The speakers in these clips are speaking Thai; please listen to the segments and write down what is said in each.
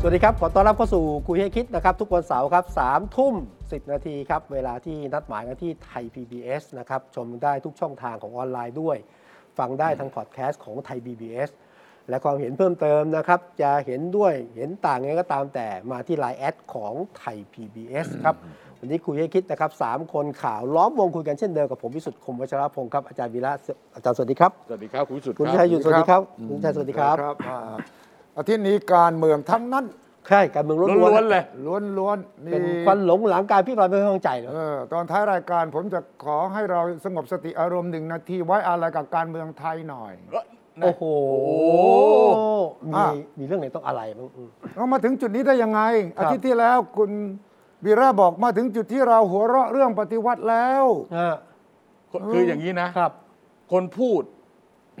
สวัสดีครับ ขอต้อนรับเข้าสู่คุยให้คิดนะครับ ทุกวันเสาร์ครับสามทุ่มสินาทีครับ เวลาที่นัดหมายกันที่ไทย PBS นะครับ ชมได้ทุกช่องทางของออนไลน์ด้วย ฟังได้ทางพอดแคสต์ของไทย PBS และความเห็นเพิ่มเติมนะครับ จะเห็นด้วยเห็นต่างยังไงก็ตามแต่มาที่ไลน์แอดของไทย PBS ครับ วันนี้คุยให้คิดนะครับสามคนข่าวล้อมวงคุยกันเช่นเดิมกับผมวิสุทธิ์คมวัชรพงศ์ครับอาจารย์วีระอาจารย์สวัสดีครับ สวัสดีครับคุณวิสุทธิ์ คุณ รับ ชัยหยุดสวัสดีครับคุณชัยสวัสดีครับ อ่าอาทิตย์นี้การเมืองทั้งนั้น ใช่การเมืองล้ ล้ว วน น ๆ ๆเลย ล้วนๆนี่ เป็นควันหลงหลังการพี่ปรายไม่ข้องใจเหรอ เออตอนท้ายรายการผมจะขอให้เราสงบสติอารมณ์หนึ่งนาทีไว้อะไรกับการเมืองไทยหน่อย โอ้โห โอ้ มี อ่ะ มีเรื่องไหนต้องอะไรบ้างอืม เรามาถึงจุดนี้ได้ยังไง ครับ อาทิตย์ที่แล้วคุณวีระบอกมาถึงจุดที่เราหัวเราะเรื่องปฏิวัติแล้ว อ่ะ คืออย่างนี้นะ ครับ คนพูด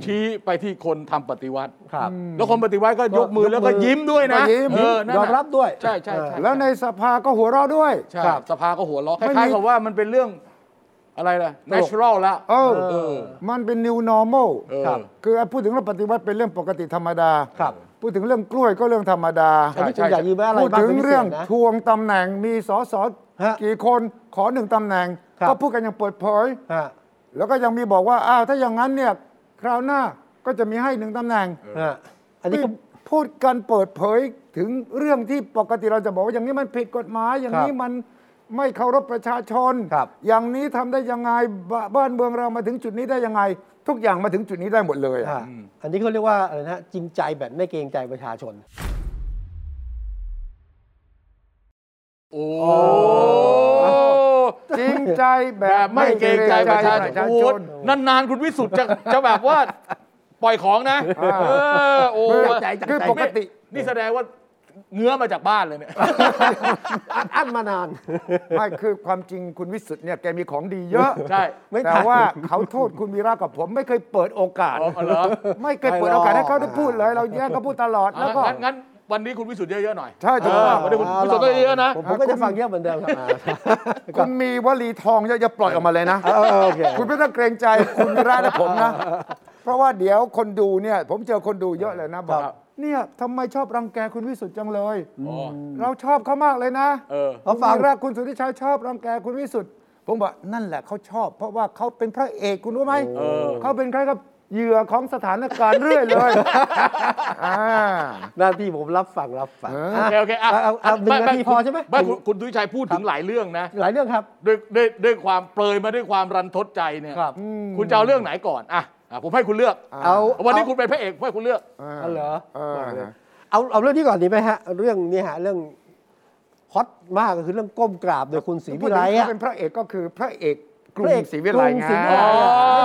ชี้ไปที่คนทำปฏิวัติ ครับ แล้วคนปฏิวัติก็ยกมื ย อมือกแล้วก็ยิ้มด้วยนะ ก็ยิ้ม เออนั่ยนอมน่ะรับด้วย ใช่ใช่ใช่ แล้วในสภาก็หัวเราะด้วย ใช่ ครับ สภาก็หัวเราะค ไม่มี ล้ายๆกับว่ามันเป็นเรื่องอะไรล่ะ ตลก natural ละ เออ เออ มันเป็น new normal เออ ครับ คือพูดถึงเรื่องปฏิวัติเป็นเรื่องปกติธรรมดา ครับ พูดถึงเรื่องกล้วยก็เรื่องธรรมดา ใช่ อันนี้คุณอยากยืมอะไร พูด บ้าง ถึง ป็นพิศษ เรื่อง นะ ทวงตำแหน่งมีสอสอ ฮะ กี่คนขอหนึ่งตำแหน่ง ครับ ก็พูดกันอย่างเปิดเผย ฮะ แล้วก็ยังมีบอกว่าอ้าวถ้าอย่างนั้นเนี่ยคราวหน้าก็จะมีให้หนึ่งตำแหน่ง ฮะอันนี้ก็ พูดกันเปิดเผยถึงเรื่องที่ปกติเราจะบอกว่าอย่างนี้มันผิดกฎหมาย อย่างนี้ ครับ มันไม่เคารพประชาชน ครับ อย่างนี้ทำได้ยังไงบบ้านเมืองเรามาถึงจุดนี้ได้ยังไง ทุกอย่างมาถึงจุดนี้ได้หมดเลยอะ ฮะอันนี้เขาเรียกว่าอะไรนะจริงใจแบบไม่เกรงใจประชาชน โอ้ จริงใจแบ แบบ บไม่เกรงใจประชาชนนานๆคุณวิสุทธ์จะจะแบบว่าปล่อยของนะเออโอ้ คือปกติ นี่แสดงว่าเงื้อมาจากบ้านเลยเนี่ย อัดอั้นมานาน ไม่คือความจริงคุณวิสุทธ์เนี่ยแกมีของดีเยอะ ใช่ ไม่ทัน แต่ว่าเขาโทษคุณวีระกับผม ไม่เคยเปิดโอกาส อ๋อเหรอ ไม่เคยเปิดโอกาส ไม่หรอก ให้เขาได้พูดเลย เราแย่งก็พูดตลอดแล้วก็ งั้นงั้นวันนี้คุณวิสุทธิ์เยอะๆหน่อย ใช่ถูกต้อง เออวันนี้คุณวิสุทธิ์เยอะๆนะ ผมผมก็จะฟังเยอะเหมือนเดิมครับ อ่า คุณมีวลีทองเยอะๆปล่อยออกมาเลยนะ เออเออโอเค คุณไม่ต้องเกรงใจคุณวีระนะผมนะ เพราะว่าเดี๋ยวคนดูเนี่ย ผมเจอคนดูเยอะเลยนะบอก ครับ เนี่ยทำไมชอบรังแกคุณวิสุทธ์จังเลย อ๋อ เราชอบเขามากเลยนะ เออ เขา เขา ฟั ฟั ง งแรกคุณสุทธิชัยชอบรังแกคุณวิสุทธ์ผมบอกนั่นแหละเขาชอบ เพราะว่าเขาเป็นพระเอกคุณรู้ไหม เออ เขาเป็นใครครับเหยื่อของสถานการณ์เรื่อยเลย อ่า หน้าที่ผมรับฟังรับฟัง เออ โอเคโอเคอ่ะ าเอาเอาหนึ่งนาทีพอใช่ไหม ไม่คุณคุณทุยชัยพูดถึงหลายเรื่องนะ หลายเรื่องครับ ด้วยด้วยด้วยความเปรยมาด้วยความรันทดใจเนี่ย ครับ คุณจะเอาเรื่องไหนก่อนอ่ะอ่ะผมให้คุณเลือก เอา วันนี้คุณเป็นพระเอกผมให้คุณเลือก อ่า อ๋อเหรอ เออ มาเลยเอาเอาเรื่องนี้ก่อนดีไหมฮะ เรื่องนี้ฮะเรื่องฮอตมากก็คือเรื่องก้มกราบโดยคุณศรีวิไล ถ้า อะ เป็นพระเอกก็คือพระเอกกรุ พ ง ระเอก ศรีวิไล กรุง ไง ศรีวิไล อ๋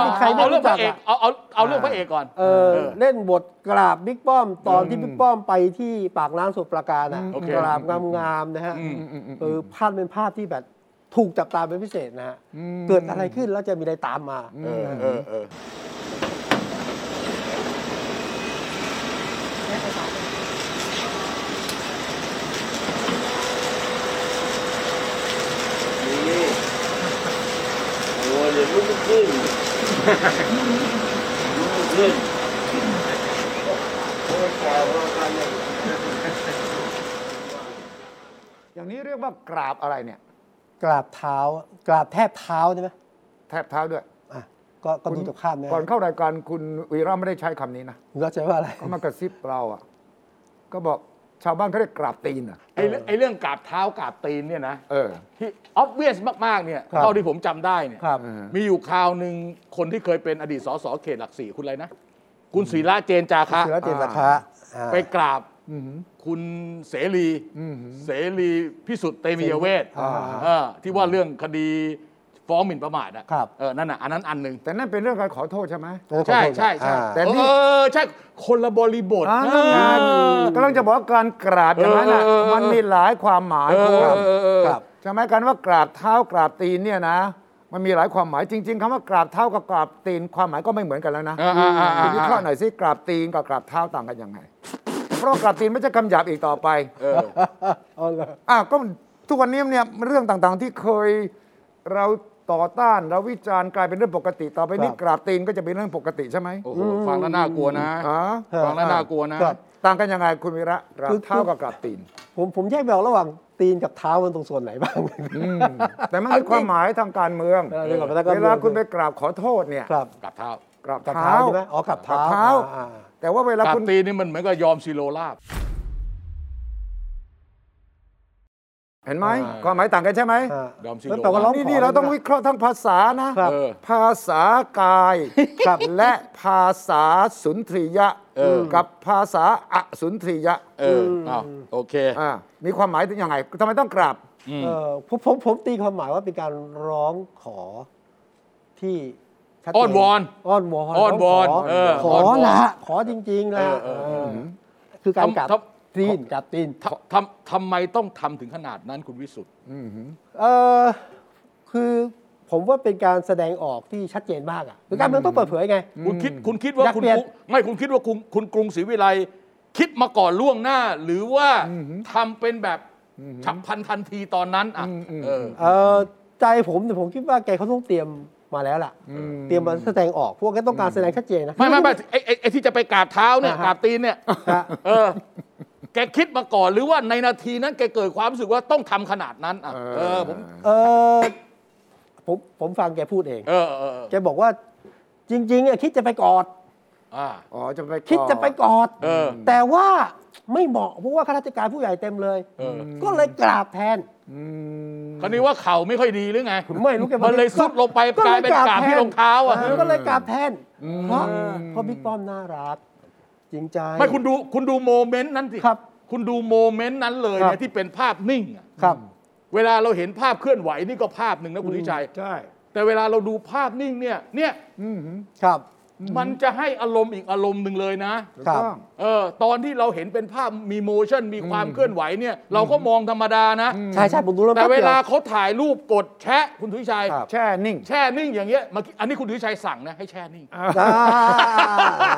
อ ไม่มีใครไม่ เอา รู้ เรื่อง จั พ ก ระเอก อะ เอาเอาเอาเรื่องพระเอกก่อน เออเล่นบทกราบบิ๊กป้อมตอนที่บิ๊กป้อมไปที่ปากน้ำสมุทรปราการอะกราบงามๆนะฮะเออภาพเป็นภาพที่แบบถูกจับตาเป็นพิเศษนะฮะเกิดอะไรขึ้นแล้วจะมีอะไรตามมา เออเออเออ นี่โอ้ยเดี๋ยวลุกไม่ขึ้นลุกไม่ขึ้นโอ้ยแกว่ากันเลย อย่างนี้เรียกว่ากราบอะไรเนี่ย กราบเท้ากราบแทบเท้าใช่ไหม แทบเท้าด้วย อ่ะก็ก็ดูจากภาพนะ ก่อนเข้ารายการคุณวีระไม่ได้ใช้คำนี้นะ คุณเข้าใจว่าอะไร เขามากระซิบเราอ่ะก็บอกชาวบ้านเขาเรียกกราบตีนอ่ะ ไอ้เรื่องไอ้เรื่องกราบเท้ากราบตีนเนี่ยนะ เออ ที่ออบเวียสมาก ๆ เนี่ย ครับ เท่าที่ผมจำได้เนี่ย ครับ มีอยู่คราวหนึ่งคนที่เคยเป็นอดีตสสเขตหลักสี่คุณอะไรนะ คุณศิระเจนจาคะ ศิลเจนสาขาอ่า ไปกราบคุณเสรีเสรีพิสุทธิ์เตมียเวท อ่า เออที่ว่าเรื่องคดี ฟ้องหมิ่นประมาทอะ ครับ เออนั่นน่ะอันนั้นอันหนึ่ง แต่นั่นเป็นเรื่องการขอโทษใช่ไหม ใช่ใช่ใช่ อ่า แต่นี่ เออใช่คนละบริบท อ่านั่นไง เออ กำลังจะบอกว่าการกราบอย่างนั้นน่ะ เออเออเออ มันมีหลายความหมาย เออ ครับ เออเออ ครับ ใช่ไหมการว่ากราบเท้ากราบตีนเนี่ยนะ มันมีหลายความหมายจริง ๆคำว่ากราบเท้ากับกราบตีนความหมายก็ไม่เหมือนกันแล้วนะ อ่าอ่าอ่าอ่า คุณวิเคราะห์หน่อยสิกราบตีนกับกราบเท้าต่างกันยังไงเพราะว่ากราบตีนไม่ใช่คำหยาบอีกต่อไป เออ เอาเลย อ่ะก็ทุกวันนี้เนี่ยเรื่องต่างๆที่เคยเราต่อต้านเราวิจารณ์กลายเป็นเรื่องปกติต่อไปนี่ ครับ กราบตีนก็จะเป็นเรื่องปกติใช่ไหม โอ้โหฟังแล้วน่ากลัวนะ อ๋อ ฟังแล้วน่ากลัวนะ ครับ ต่างกันยังไงคุณวีระกรา คื บ อ เท้ากับกราบตีน ผมผมแยกไม่ออกระหว่างตีนกับเท้ามันตรงส่วนไหน บ้าง อืมแต่มันมีความหมายทางการเมือง เออเรื่องของทางการเมื เว อง ลาคุณไปกราบขอโทษเนี่ย ครับ กลับเท้าก ราบ กับ เท้า เท้าใช่ไหมอ๋อกลับ กรา เท้า บเท้า อ่า แต่ว่าเว ก ลา ลับ คุณ ตีนี่มันเหมือนกับยอมซีโรลาบ เห็นไหม อ่า ความหมายต่างกันใช่ไหม อ่า ดอมซิโล แล้วแต่ว่าร้อง นี่ ข นี่เราต้องวิ ด้ย เคราะห์ทั้งภาษานะ ครับ เออ ภาษากายและภาษาสุนทรียะ เออ กับภาษาอสุนทรียะ เอออ้าวโอเค อ่ามีความหมายยังไงทำไมต้องกราบ เอ่อผมผมผมตีความหมายว่าเป็นการร้องขอที่ชัดเจ อ้อนวอน อ้อนวอน อ้อนวอน ข เออ ขอ อ้อนวอน ละขอจริงๆละ เออเออ เออคือการกลับ ทำทำ ตีนกลับตีน ทำทำทำไมต้องทำถึงขนาดนั้นคุณวิสุทธ์ เออคือผมว่าเป็นการแสดงออกที่ชัดเจนมากอ่ะคือการเมืองต้องเปิดเผยไง คุณคิดคุณคิดว่า อยาก คุณ เปลี่ยน กรุงไม่คุณคิดว่าคุณคุณกรุงศรีวิไลคิดมาก่อนล่วงหน้า หรือว่าทำเป็นแบบฉับพลันทันทีตอนนั้นอ่ะเออ เออใจผมเนี่ยผมคิดว่าแกเขาต้องเตรียมมาแล้วล่ะ เตรียมมาแสดงออกพวกแกต้องการแสดงชัดเจนนะ ไม่ไม่ไม่ไอ้ไอ้ไอ้ที่จะไปกราบเท้าเนี่ย อ่าฮะ กราบตีนเนี่ย ฮะ เออ แกคิดมาก่อนหรือว่าในนาทีนั้นแกเกิดความรู้สึกว่าต้องทำขนาดนั้นอ่ะเออผม เออผมผมฟังแกพูดเอง เออเออเออ แกบอกว่าจริงๆอ่ะคิดจะไปกอด อ่า อ๋อจะไป คิดจะไปกอด เออ แต่ว่าไม่เหมาะเพราะว่าข้าราชการผู้ใหญ่เต็มเลย เออ ก็เลยกราบแทน อืม คราวนี้ว่าเข่าไม่ค่อยดีหรือไง ไม่รู้แก มันเลยสุดลงไปกลายเป็นกราบที่รองเท้าอ่ะ เก็เลยกราบแทนเพราะเพราะบิ๊กป้อมน่ารัก จริงใจ ไม่คุณดูคุณดูโมเมนต์นั้นสิ ครับ คุณดูโมเมนต์นั้นเลย ครั เนี่ย บ ที่เป็นภาพนิ่งอะ ครับ เวลาเราเห็นภาพเคลื่อนไหวนี่ก็ภาพหนึ่งนะคุณทิชัย ใช่ แต่เวลาเราดูภาพนิ่งเนี่ยเนี่ย ครับ มันจะให้อารมณ์อีกอารมณ์หนึ่งเลยนะ ครับ เออตอนที่เราเห็นเป็นภาพมีโมชั่นมีความเคลื่อนไหวเนี่ย เราก็มองธรรมดานะ ใช่ใช่ผมดูแล้ว แต่เวลา แป๊บดีย เขาถ่ายรูปกดแชะคุณทุยชัย ครับ แช่นิ่ง แช่นิ่งอย่างเงี้ยเมื่อกี้อันนี้คุณทุยชัยสั่งนะให้แช่นิ่ง อ่า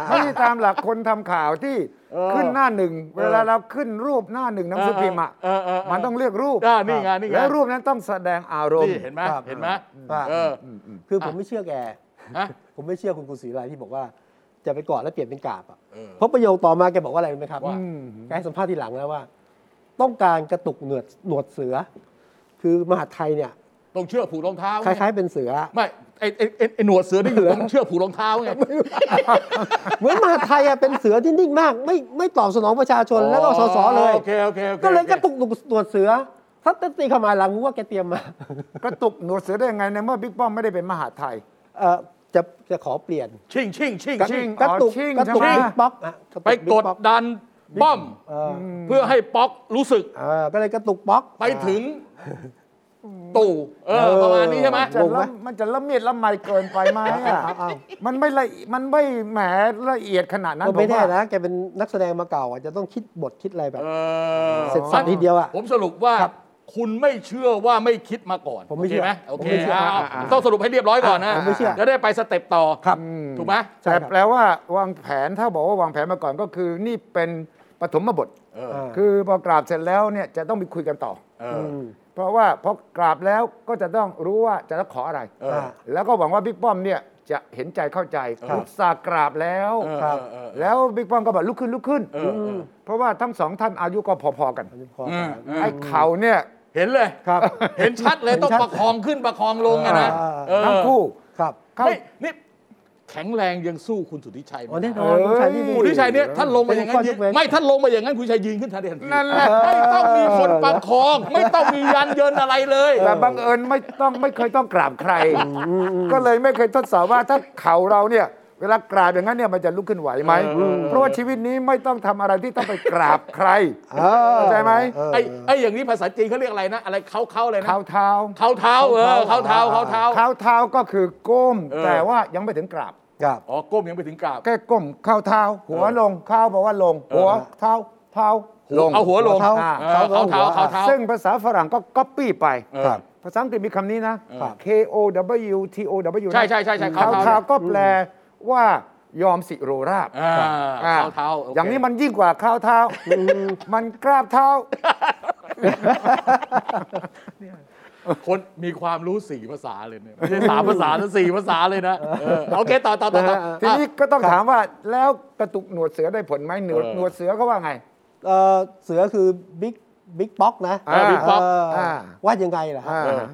ไม่ใช่ตามหลักคนทำข่าวที่ เออ ขึ้นหน้าหนึ่ง เออ เวลาเราขึ้นรูปหน้าหนึ่งหนังสือพิมพ์อะ เออเออเออ มันต้องเลือกรูป อ่านี่ไงนี่ไง แล้วรูปนั้นต้องแสดงอารม นี่ ณ์ เห็นไหม ครับ เห็นไหม ครับ เออ คือผมไม่เชื่อแก ฮะ ผมไม่เชื่อคุณกุศลีไลที่บอกว่า จะไปกอดแล้วเปลี่ยนเป็นกราบอะ เออ เพราะประโยคต่อมาแกบอกว่าอะไรรู้ไหมครับ ว่า แกให้สัมภาษณ์ทีหลังแล้วว่า ต้องการกระตุกหนวดหนวดเสือ คือมหาดไทยเนี่ย ต้องเชือกผูกรองเท้า ค เนี่ย ล้ายๆเป็นเสือ ไม่ไอไอ้ไอ้ไอหนวดเสือนี่อยู่ตรงเชือกผูกรองเท้าไง เหมือนมหาดไทยอะเป็นเสือที่นิ่งมาก ไม่ไม่ตอบสนองประชาชนแล้วก็สสเลย โอเคโอเคโอค ก็เลย โอค กระตุกหนวดหนวดเสือ ถ้าตีเข้ามายหลังรู้ว่าแกเตรียมมา กระตุกหนวดเสือได้ยังไงในเมื่อบิ๊กป้อมไม่ได้เป็นมหาไทย เออจะจะขอเปลี่ยน ชิงชิงชิงชิง อ๋อก ระตุก ชิ่ง กระตุก ใช่ไหม บิ๊กป๊อกอะระตุ ไปกด บิ๊ป๊อ ดันป้อม เอออ เพื่อให้ป๊อกรู้สึก เออก็เลยกระตุกป๊อก ไปถึงตู่เออ เออ ประมาณนี้ใช่ไหม จะ งงไหม ละมันจะละเมียดละไมเกินไปไหมอ่ะ เอาเอา มันไม่ละมันไม่แหมละเอียดขนาดนั้น ก็ไม่ ผ แน่ ว่า นะแกเป็นนักแสดงมาเก่าอาจจะต้องคิดบทคิดอะไรแบบ เออ เสร็จสับทีเดียวอะ ผมสรุปว่า ครับ คุณไม่เชื่อว่าไม่คิดมาก่อน ผมไม่เชื่อ โคไหมโอเค ผมไม่เชื่อ เอา อ่า ต้องสรุปให้เรียบร้อยก่อนนะ ผมไม่เชื่อ จะได้ไปสเต็ปต่อ ครับ ถูกไหม ใช่ แต่ ครับ แปลว่าวางแผนถ้าบอกว่าวางแผนมาก่อนก็คือ นี่เป็นปฐมบท เออ อ คือพอกราบเสร็จแล้วเนี่ยจะต้องไปคุยกันต่อ เออ ม เพราะว่าพอกราบแล้วก็จะต้องรู้ว่าจะต้องขออะไร เออ แล้วก็หวังว่าบิ๊กป้อมเนี่ยจะเห็นใจเข้าใจ ครับ อุตส่าห์กราบแล้ว เออ ครับ เออเออ แล้วบิ๊กป้อมก็บอกลุกขึ้นลุกขึ้น เออเออ เพราะว่าทั้งสองท่านอายุก็พอๆกัน อันนี้พอ อืมอืม ไอ้เขาเนี่ย เห็นเลย ครับ เห็นชัดเลยต้อง เห็นชั ป ด ระคองขึ้นประคองลงอะนะ อ่า เออ ทั้งคู่ ครับ เข้า เฮ้ยนี่แข็งแรงยังสู้คุณสุทธิชัย อ๋อแน่ ไม่ นอนผู้ชายนี่ดี คุณสุทธิชัยเนี่ยถ้าลงมาอย่างนั้น เป็นข้อย ยื กเว้น ไม่ถ้าลงมาอย่างนั้นคุณชัยยืนขึ้นทันที นั่นแหละ ไม่ต้องมีคนประคอง ไม่ต้องมียันเยินอะไรเลย แต่บังเอิญไม่ต้องไม่เคยต้องกราบใคร ก็เลยไม่เคยทดสอบว่าถ้าเขาเราเนี่ย เวลากราบอย่างนั้นเนี่ยมันจะลุกขึ้นไหวไหม เออ เพราะว่าชีวิตนี้ไม่ต้องทำอะไรที่ต้องไปกราบใคร เออ เข้าใจไหม เออ ไอ้ไอ้อย่างนี้ภาษาจีนเขาเรียกอะไรนะ อะไรเขาเขาอะไรนะ เท้าเท้า เขาเท้าเออเขาเท้าเขาเท้า เท้าเท้าก็คือก้ม เออ แต่ว่ายังไม่ถึงกราบ ครับ อ๋อก้มยังไปถึงกราบ แค่ก้มเข้าเท้า หัว เออ ลงเข้าบอกว่าลง หัว เออ เท้าเท้าลง เอาหัวลง เท้า อ่ เออเขาเท้าเขาเท้า ซึ่งภาษาฝรั่งก็ก๊อปปี้ไป เออ ครับ ภาษาอังกฤษมีคำนี้นะ ครับ K O W T O W นะ ใช่ใช่ใช่ใช่ เท้า เขาเท้า เท้าก็แปลว่ายอมสิโรราบ อ่า อ่า เขาเท้าโเค อย่างนี้มันยิ่งกว่าข้าวเท้า มันกราบเท้า คนมีความรู้สี่ภาษาเลยเนี่ยไม่ใช่สามภาษาแต่สี่ภาษาเลยนะเออโอเคต่อต่อต่อต่อ ทีนี้ก็ต้องถามว่าแล้วกระตุกหนวดเสือได้ผลไหมหนวดหนวดเสือเขาว่าไง เอ่อเสือคือบิ๊กบิ๊กป๊อกนะ อ่า บิ๊กป๊อก เ อ่า ว่ายังไงล่ะฮะ อ่า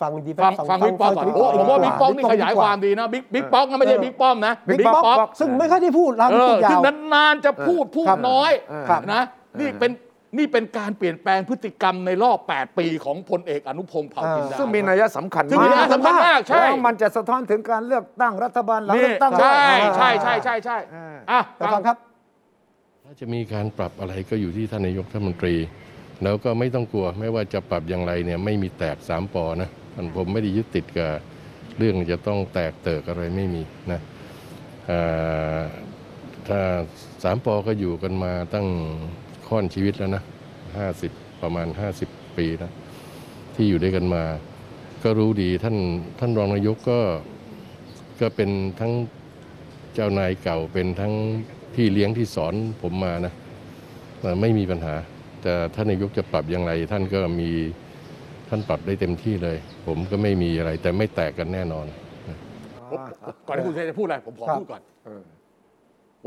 ฟังดีไหม ฟังฟังบิ๊กป๊อกก่อน ฟัง โอ้ผมว่าบิ๊กป๊อกนี่ ดี ข ว่ ยายความดีนะบิ๊กบิ๊กป๊อกนะไม่ใช่บิ๊กป้อมนะ บิ๊กป๊อก ซึ่งไม่ค่อยได้พูดเรา เอ พู อ ดยา ซึ่ง ว นานๆจะพูดพูด ครับ น้อย ครับ นะนี่เป็นนี่เป็นการเปลี่ยนแปลงพฤติกรรมในรอบ 8 ปีของพลเอกอนุพงศ์เผ่าจินดา ซึ่งมีนัยสำคัญ ซึ่งมีนัยสำคัญมากใช่ แล้วมันจะสะท้อนถึงการเลือกตั้งรัฐบาลหลัง นี่ เลือกตั้งด้ว ใช่ ย ใช่ใช่ใช่ใช่ อ่า อ่ะ แต่ฟังครับ ถ้าจะมีการปรับอะไรก็อยู่ที่ท่านนายกรัฐมนตรี แล้วก็ไม่ต้องกลัวไม่ว่าจะปรับอย่างไรเนี่ยไม่มีแตกสามปอนะมันผมไม่ได้ยึดติดกับเรื่องจะต้องแตกเติกอะไรไม่มีนะเอ่อถ้าสามปอก็อยู่กันมาตั้งค่อนชีวิตแล้วนะห้าสิบประมาณห้าสิบปีนะที่อยู่ด้วยกันมา ก็รู้ดีท่านท่านรองนายกก็ก็เป็นทั้ง เจ้านายเก่าเป็นทั้งพี่เลี้ยงที่สอนผมมานะเอ่อไม่มีปัญหา แต่ท่านนายกจะปรับอย่างไร ท่านก็มีท่านปรับได้เต็มที่เลย ผมก็ไม่มีอะไร แต่ไม่แตกกันแน่นอน ผมก่อนที่คุณเทพจะพูดอะไรผมขอ ครับ พูดก่อน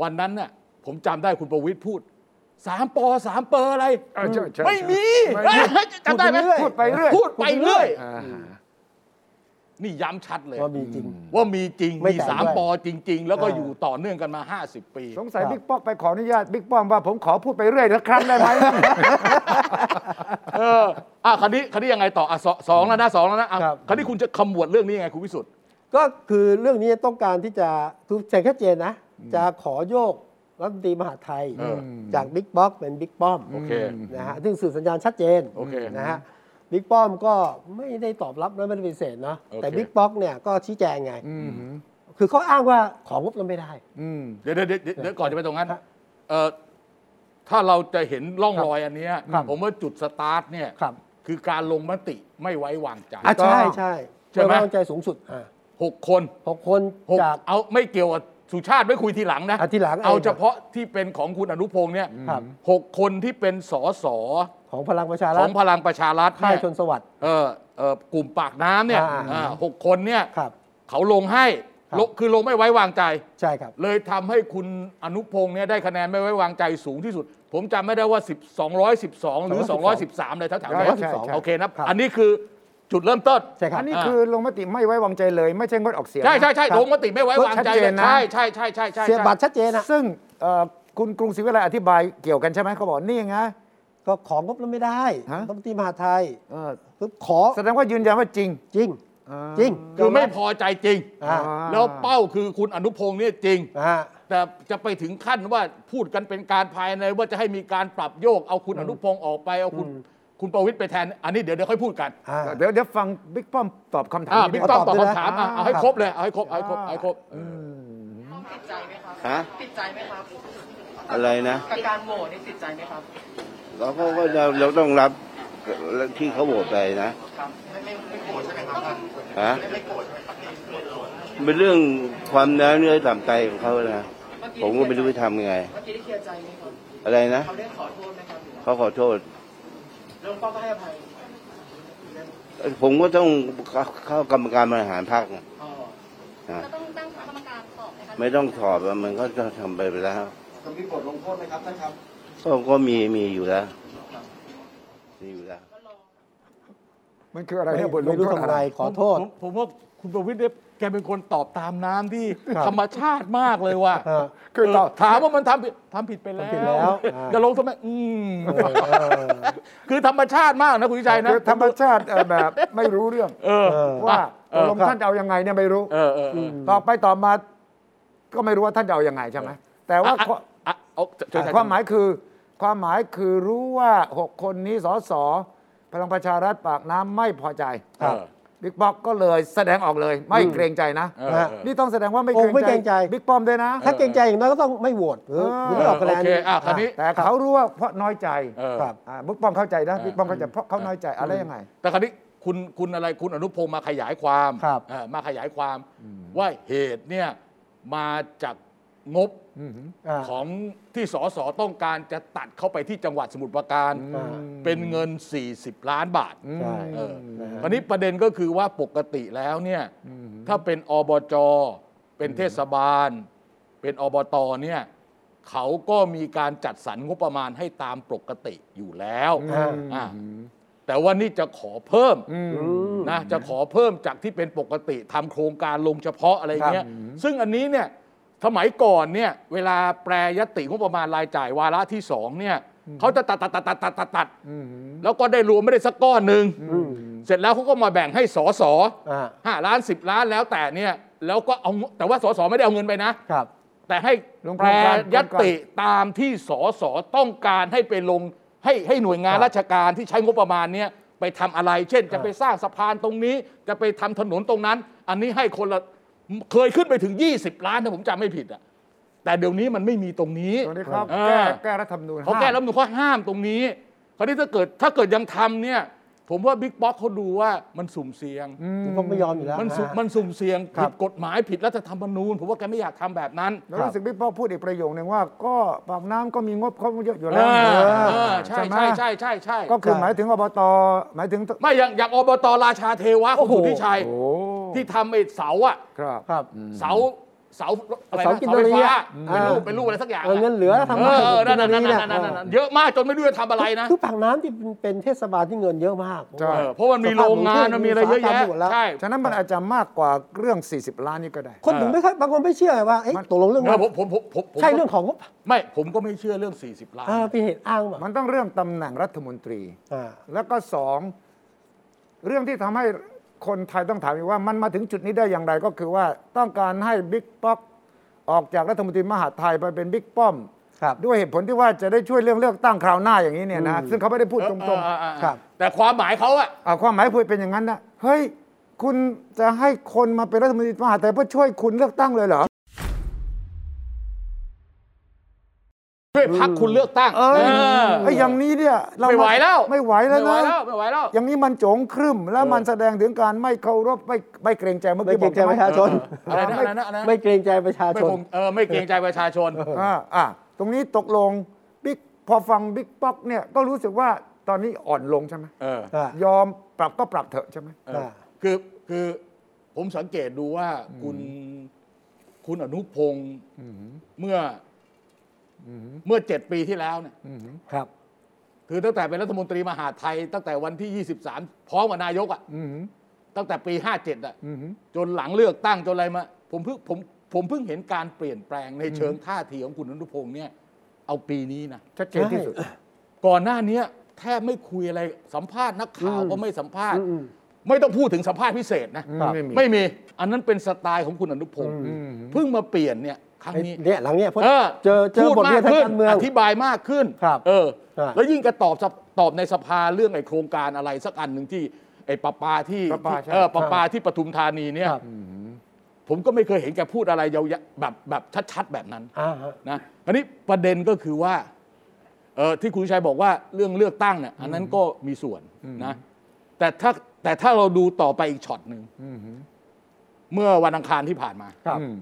วันนั้นน่ะผมจำได้คุณประวิตยพูดสามปอสามเปอร์อะไร เออใช่ใช่ ไม่มี ไม่มี เอ้ยจำได้ไหม พูดไปเรื่อย พูดไปเรื่อย อ่าฮะ นี่ย้ำชัดเลย ว่ามีจริง ว่ามีจริง ไม่ มี แตะ สาม ด้วย ปอจริง ๆ แล้วก็ เออ อ อ ยู่ต่อเนื่องกันมา 50 ปี สงสัย ครับ บิ๊กป้อมไปขออนุญาตบิ๊กป้อมว่าผมขอพูดไปเรื่อยสักครั้งได้ไหม เอออ่ะคันนี้คันนี้ยังไงต่ออ่ะสองสองแล้วนะสองแล้วนะอ่ะ ครับ คันนี้คุณจะขมวดเรื่องนี้ยังไงคุณวิสุทธ์ ก็คือเรื่องนี้ต้องการที่จะคือแจงชัดเจนนะ จะขอโยกรัฐมนตรีมหาดไทย เออ จากบิ๊กป๊อกเป็นบิ๊กป้อม โอเค นะฮะซึ่งสื่อสัญญาณชัดเจน โอเค นะฮะบิ๊กป้อมก็ไม่ได้ตอบรับและไม่ได้ปฏิเสธเนาะ โอเค แต่บิ๊กป๊อกเนี่ยก็ชี้แจงไง อืม คือเขาอ้างว่าของงบเราไม่ได้ อืม เดี๋ยวเดี๋ยวเดี๋ยวเดี๋ยวก่อนจะไปตรงนั้น ครับ เออถ้าเราจะเห็นร่องรอยอันเนี้ย ครับ ผมว่าจุดสตาร์ทเนี่ย ครับ คือการลงมติไม่ไว้วางใจ อ่ะ ก็ ใช่ใช่ ใช่ไหม ไว้วางใจสูงสุดอ่ะ หกคน หกคน หก จาก เอาไม่เกี่ยวกับสุชาติไม่คุยทีหลังนะ อ่ะทีหลัง เอา เอง เฉพาะที่เป็นของคุณอนุพงษ์เนี่ย ครับ หกคนที่เป็นสส ของพลังประชา ข รั อ ฐ งพลังประชารัฐ ค่า เนี่ย ย ชนสวัสดิ์ เออเออกลุ่มปากน้ำเนี่ย อ่า อ่าหกคนเนี่ย ครับ เขาลงให้ ครับ ลงคือลงไม่ไว้วางใจ ใช่ครับ เลยทำให้คุณอนุพงษ์เนี่ยได้คะแนนไม่ไว้วางใจสูงที่สุด ผมจำไม่ได้ว่า10 212 หรือ 212 อะไรแถวๆ ใช่ นั้น ใช่ใช่ โอเคนะครับ อันนี้คือจุดเริ่มต้น ใช่ครั อั บ นนี้ อ่า คือลงมติไม่ไว้วางใจเลย ไม่ใช่งดออกเสียง ใช่ใช่ นะ ใช่ลงมติไม่ไว้วางใจ ชัดเจนนะ ใช่ใช่ใช่ใช่ใช่ เสียบัตรชัดเจนอ่ะ ซึ่งเอ่อคุณกรุงศรีวิไลอธิบายเกี่ยวกันใช่ไหมเขาบอกนี่ไง ก็ของงบเราไม่ได้ ฮะ รัฐมนตรีมหาดไทย เออ คือขอ แสดงว่ายืนยันว่าจริง จริง จริง คือไม่พอใจจริง อ่า แล้วเป้าคือคุณอนุพงษ์เนี่ยจริง อ่า แต่จะไปถึงขั้นว่าพูดกันเป็นการภายในว่าจะให้มีการปรับโยกเอาคุณอนุพงษ์ออกไปเอาคุณ อืม คุณประวิตยไปแทน อันนี้เดี๋ยวเดี๋ยวค่อยพูดกัน อ่า เดี๋ยวเดี๋ยวฟังบิ๊กป้อมตอบคำถาม อ่า นิด บิ๊ก นึง ป้อมต ต อ อ บบ ด้วยนะ คำถามอ่ะเอาให้ครบเลยเอาให้ครบเอาให้ครบเอาให้ครบ ติดใจไหมครับ ฮะ ติดใจไหมครับ อะไรนะ กับการโหวตนี่ติดใจไหมครับ เราก็ว่าเราเราต้องรับที่เขาโหวตไปนะ ไม่ไม่ไม่โหวตใช่ไหมครับ ฮะ ไม่ไม่โหวตใช่ไหมครับ เป็นเรื่องความน้าเนื้อต่ำใจของเขานะ ผมก็ไม่รู้ไปทำยังไง เมื่อกี้ได้เคลียร์ใจไหมครับ อะไรนะ เขาได้ขอโทษไหมครับ เขาขอโทษ หลุงป้อมก็ให้อภัย ผมก็ต้องเข้าเข้ากรรมการบริหารพรรคนะ อ๋อ นะ ก็ต้องตั้งคณะกรรมการสอบไหมคะ ไม่ต้องสอบอะมันก็ทำไปไปแล้ว จะมีบทลงโทษไหมครับท่านครับ ก็ก็มีมีอยู่แล้วมีอยู่แล้ว มันคืออะไร ไม่ เนี่ยบทล ไม่ ง รู้ โทษ ทำ อะ อะไร ไรขอโทษ ผมผมผมว่าคุณประวิทย์เนี่ยแกเป็นคนตอบตามน้ำที่ ครับ ธรรมชาติมากเลยว่ะ เออ คือตอบ เถามว่ามันทำผิดทำผิดไปแล้ ทำผิดแล้ว วอ่า จะลงทำไมอืม เออเออ คือธรรมชาติมากนะคุณวิชัยนะ คือธรรมชาติเอ่อแบบไม่รู้เรื่อง เออ เออ ว่า เอ ต อ กลงท่านจะเอายังไงเนี่ยไม่รู้ เออเออเออ ต่อไปต่อมา ก็ไม่รู้ว่าท่านจะเอายังไงใช่ไหมแต่ว่า อ่ะอ่ะเอาเชิญเชิญ ความหมายคือความหมายคือรู้ว่า 6 คนนี้สสพลังประชารัฐปากน้ำไม่พอใจ เออ บิ๊กป๊อกก็เลยแสดงออกเลย ไม่เกรงใจนะ เออเออ นี่ต้องแสดงว่าไม่ โอ้ไม่เกรงใจ บิ๊กป้อมด้วยนะ ถ้าเกรงใจอย่างน้อยก็ต้องไม่โหวตหรือหรือไม่ออกคะแนน โอเคอ่ะคราวนี้ แต่เขารู้ว่าเพราะน้อยใจ เออ ครับ อ่าบิ๊กป้อมเข้าใจนะ เออ บิ๊กป้อมเข้าใจเพราะเขาน้อยใจอะไรยังไง แต่คราวนี้คุณคุณอะไรคุณอนุพงศ์มาขยายความ ครับ เอ่อมาขยายความว่าเหตุเนี่ยมาจากงบ อ่า ของที่สสต้องการจะตัดเข้าไปที่จังหวัดสมุทรปราการ อ่า เป็นเงิน 40 ล้านบาท ใช่ เออ นะฮะ คราวนี้ประเด็นก็คือว่าปกติแล้วเนี่ยถ้าเป็นอบจ เป็นเทศบาล เป็นอบตเนี่ยเขาก็มีการจัดสรรงบประมาณให้ตามปกติอยู่แล้ว อืม อ่ะแต่ว่านี่จะขอเพิ่ม อืม นะจะขอเพิ่มจากที่เป็นปกติทำโครงการลงเฉพาะอะไรเงี้ยซึ่งอันนี้เนี่ยสมัยก่อนเนี่ยเวลาแปรยติงบประมาณรายจ่ายวาระที่สองเนี่ยเขาจะตัดตัดตัดตัดตัดตัดตัดแล้วก็ได้รวมไม่ได้สักก้อนหนึ่ง อืม เสร็จแล้วเขาก็มาแบ่งให้สอสอ อ่า ห้าล้านสิบล้านแล้วแต่เนี่ย แล้วก็เอาแต่ว่าสอสอไม่ได้เอาเงินไปนะ ครับ แต่ให้ ลงโค แป ร รง การ ยติตามที่สอสอต้องการให้ไปลงให้ให้หน่วยงาคนรับ ราชการที่ใช้งบประมาณเนี่ยไปทำอะไร เช่น จะไปสร้างสะพานตรงนี้ จะไปทำถนนตรงนั้น อันนี้ให้คนละเคยขึ้นไปถึง 20 ล้านถ้าผมจำไม่ผิดอะแต่เดี๋ยวนี้มันไม่มีตรงนี้ ตรงนี้ครับ เออ แก้แก้รัฐธรรมนูญ เขาแก้ ห้ม รัฐธรรมนูญเขาห้ามตรงนี้ คราวนี้ถ้าเกิดถ้าเกิดยังทำเนี่ย ผมว่าบิ๊กป๊อกเขาดูว่ามันสุ่มเสี่ยง ผมก็ไม่ยอมอยู่แล้ว มันสุ่ม อ่า มันสุ่มเสี่ยง ครั ผิ บ ดกฎหมายผิดรัฐธรรมนูญ ผมว่าแกไม่อยากทำแบบนั้น แล้วรู้สึกพี่ป้อพูดอีกประโยคหนึ่งว่า ก็ปากน้ำก็มีงบเขาเยอะอยู่ เอ แล้ว อ เอ เอ อ อใช่ ไหม ใช่ใช่ใช่ใช่ ก็คือหมายถึงอบตหมายถึง ไม่อย่างอย่างอบตราชาเทวะคุณสุทธิชัย โอ้ ที่ทำไอ้เสาอะ ครับ ครับ เสาเสาอะไรนะ เสากิน ไฟ รี ฟ้า อะ เป็นรูป อ่า เป็นรูปอะไรสักอย่าง เออเงินเหลือทำ เอ มา อเออนั่น กิ นั่นนั่น เย นั่นนั่นเยอะมากจนไม่รู้จะทำอะไรนะ คือปากน้ำที่เป็นเทศบาลที่เงินเยอะมาก ใช่ เออเพราะมันมีโรงงานมันมีอะไรเยอะสแยะภาพหมดแล้ว ใช่ ฉะนั้นมันอาจจะมากกว่าเรื่อง 40 ล้านนี่ก็ได้ คนถึงไม่ค่อยบางคนไม่เชื่อว่าเอ๊ะ มัน ตกลงเรื่อง เอ นั้ อน ผมผมผมผมผม ใช่เรื่องของงบ ไม่ ผมก็ไม่เชื่อเรื่อง 40 ล้าน อ่าเป็นเหตุอ้างป่ะ มันต้องเรื่องตำแหน่งรัฐมนตรี อ่า แล้วก็สองเรื่องที่ทำให้คนไทยต้องถามอีกว่า มันมาถึงจุดนี้ได้อย่างไรก็คือว่าต้องการให้บิ๊กป๊อกออกจากรัฐมนตรีมหาดไทยไปเป็นบิ๊กป้อม ครับ ด้วยเหตุผลที่ว่าจะได้ช่วยเรื่องเลือกตั้งคราวหน้าอย่างนี้เนี่ยนะซึ่งเขาไม่ได้พูดตรง เออเออเออเออ ครับ แต่ความหมายเขาอะ ๆเอาความหมายพูดเป็นอย่างนั้นนะเฮ้ย คุณจะให้คนมาเป็นรัฐมนตรีมหาดไทยเพื่อช่วยคุณเลือกตั้งเลยเหรอ ด้วยพักคุณเลือกตั้ง เอ้ย เออ ไอ้อย่างนี้เนี่ยเรา ไม่ไหวแล้ว ไม่ไหวแล้ว ไม่ไหว นะ แล้วไม่ไหวแล้ว อย่างนี้มันโจงครึ่มแล้วมันแสดงถึงการไม่เคารพไม่ไม่เกรงใจเมื่อ ไม่ กี้ เกรบองกใจประชาชน อะไรนะอะไรนะอะไรนะ ไม่เกรงใจประชา ไม่ ชน คงเออไม่เกรงใจประชาชน อ่าอ่าตรงนี้ตกลงบิ๊กพอฟังบิ๊กป๊อกเนี่ยก็รู้สึกว่าตอนนี้อ่อนลงใช่ไหม เออ อ่าย อมปรับก็ปรับเถอะใช่ไหม เออ อ่า คือคือผมสังเกตดูว่าคุณคุณอนุพงศ์เมื่ออเมื่อเจ็ดปีที่แล้วเนี่ย ครับ คือตั้งแต่เป็นรัฐมนตรีมหาดไทย ตั้งแต่วันที่ 23 พร้อมกับนายกอ่ะตั้งแต่ปี 57อ่ะจนหลังเลือกตั้งจนอะไรมาผมเพิ่งผมผมเพิ่งเห็นการเปลี่ยนแปลงในเชิงท่าทีของคุณอนุพงศ์เนี่ยเอาปีนี้นะ ชัดเจนที่สุด ก่อนหน้าเนี้ยแทบไม่คุยอะไรสัมภาษณ์นักข่าวก็ไม่สัมภาษณ์ อืม ไม่ต้องพูดถึงสัมภาษณ์พิเศษนะ ครับ ไม่มี ไม่มี อันนั้นเป็นสไตล์ของคุณอนุพงศ์เพิ่งมาเปลี่ยนเนี่ยครั้ง ไอ้ นี้ เนี่ยหลังเนี่ยเพราะ เออ เจอเจอ พูด บทเรียนทาง ขึ้น การเมือง อธิบายมากขึ้น ครับ เออ อ่า แล้วยิ่งกระตอบสภตอบในสภาเรื่องไอ้โครงการอะไรสักอันหนึ่งที่ไอ้ปะปาที่ ประปาใช่ เออปะปาที่ปทุมธานีเนี่ย ครับ ผมก็ไม่เคยเห็นแกพูดอะไรยาวๆแบบแบบชัดๆแบบนั้น อ่าฮะ นะอันนี้ประเด็นก็คือว่าเออที่คุณชัยบอกว่าเรื่องเลือกตั้งเนี่ยอันนั้นก็มีส่วนนะแต่ถ้าแต่ถ้าเราดูต่อไปอีกช็อตหนึ่งเมื่อวันอังคารที่ผ่านมา ครับ อืม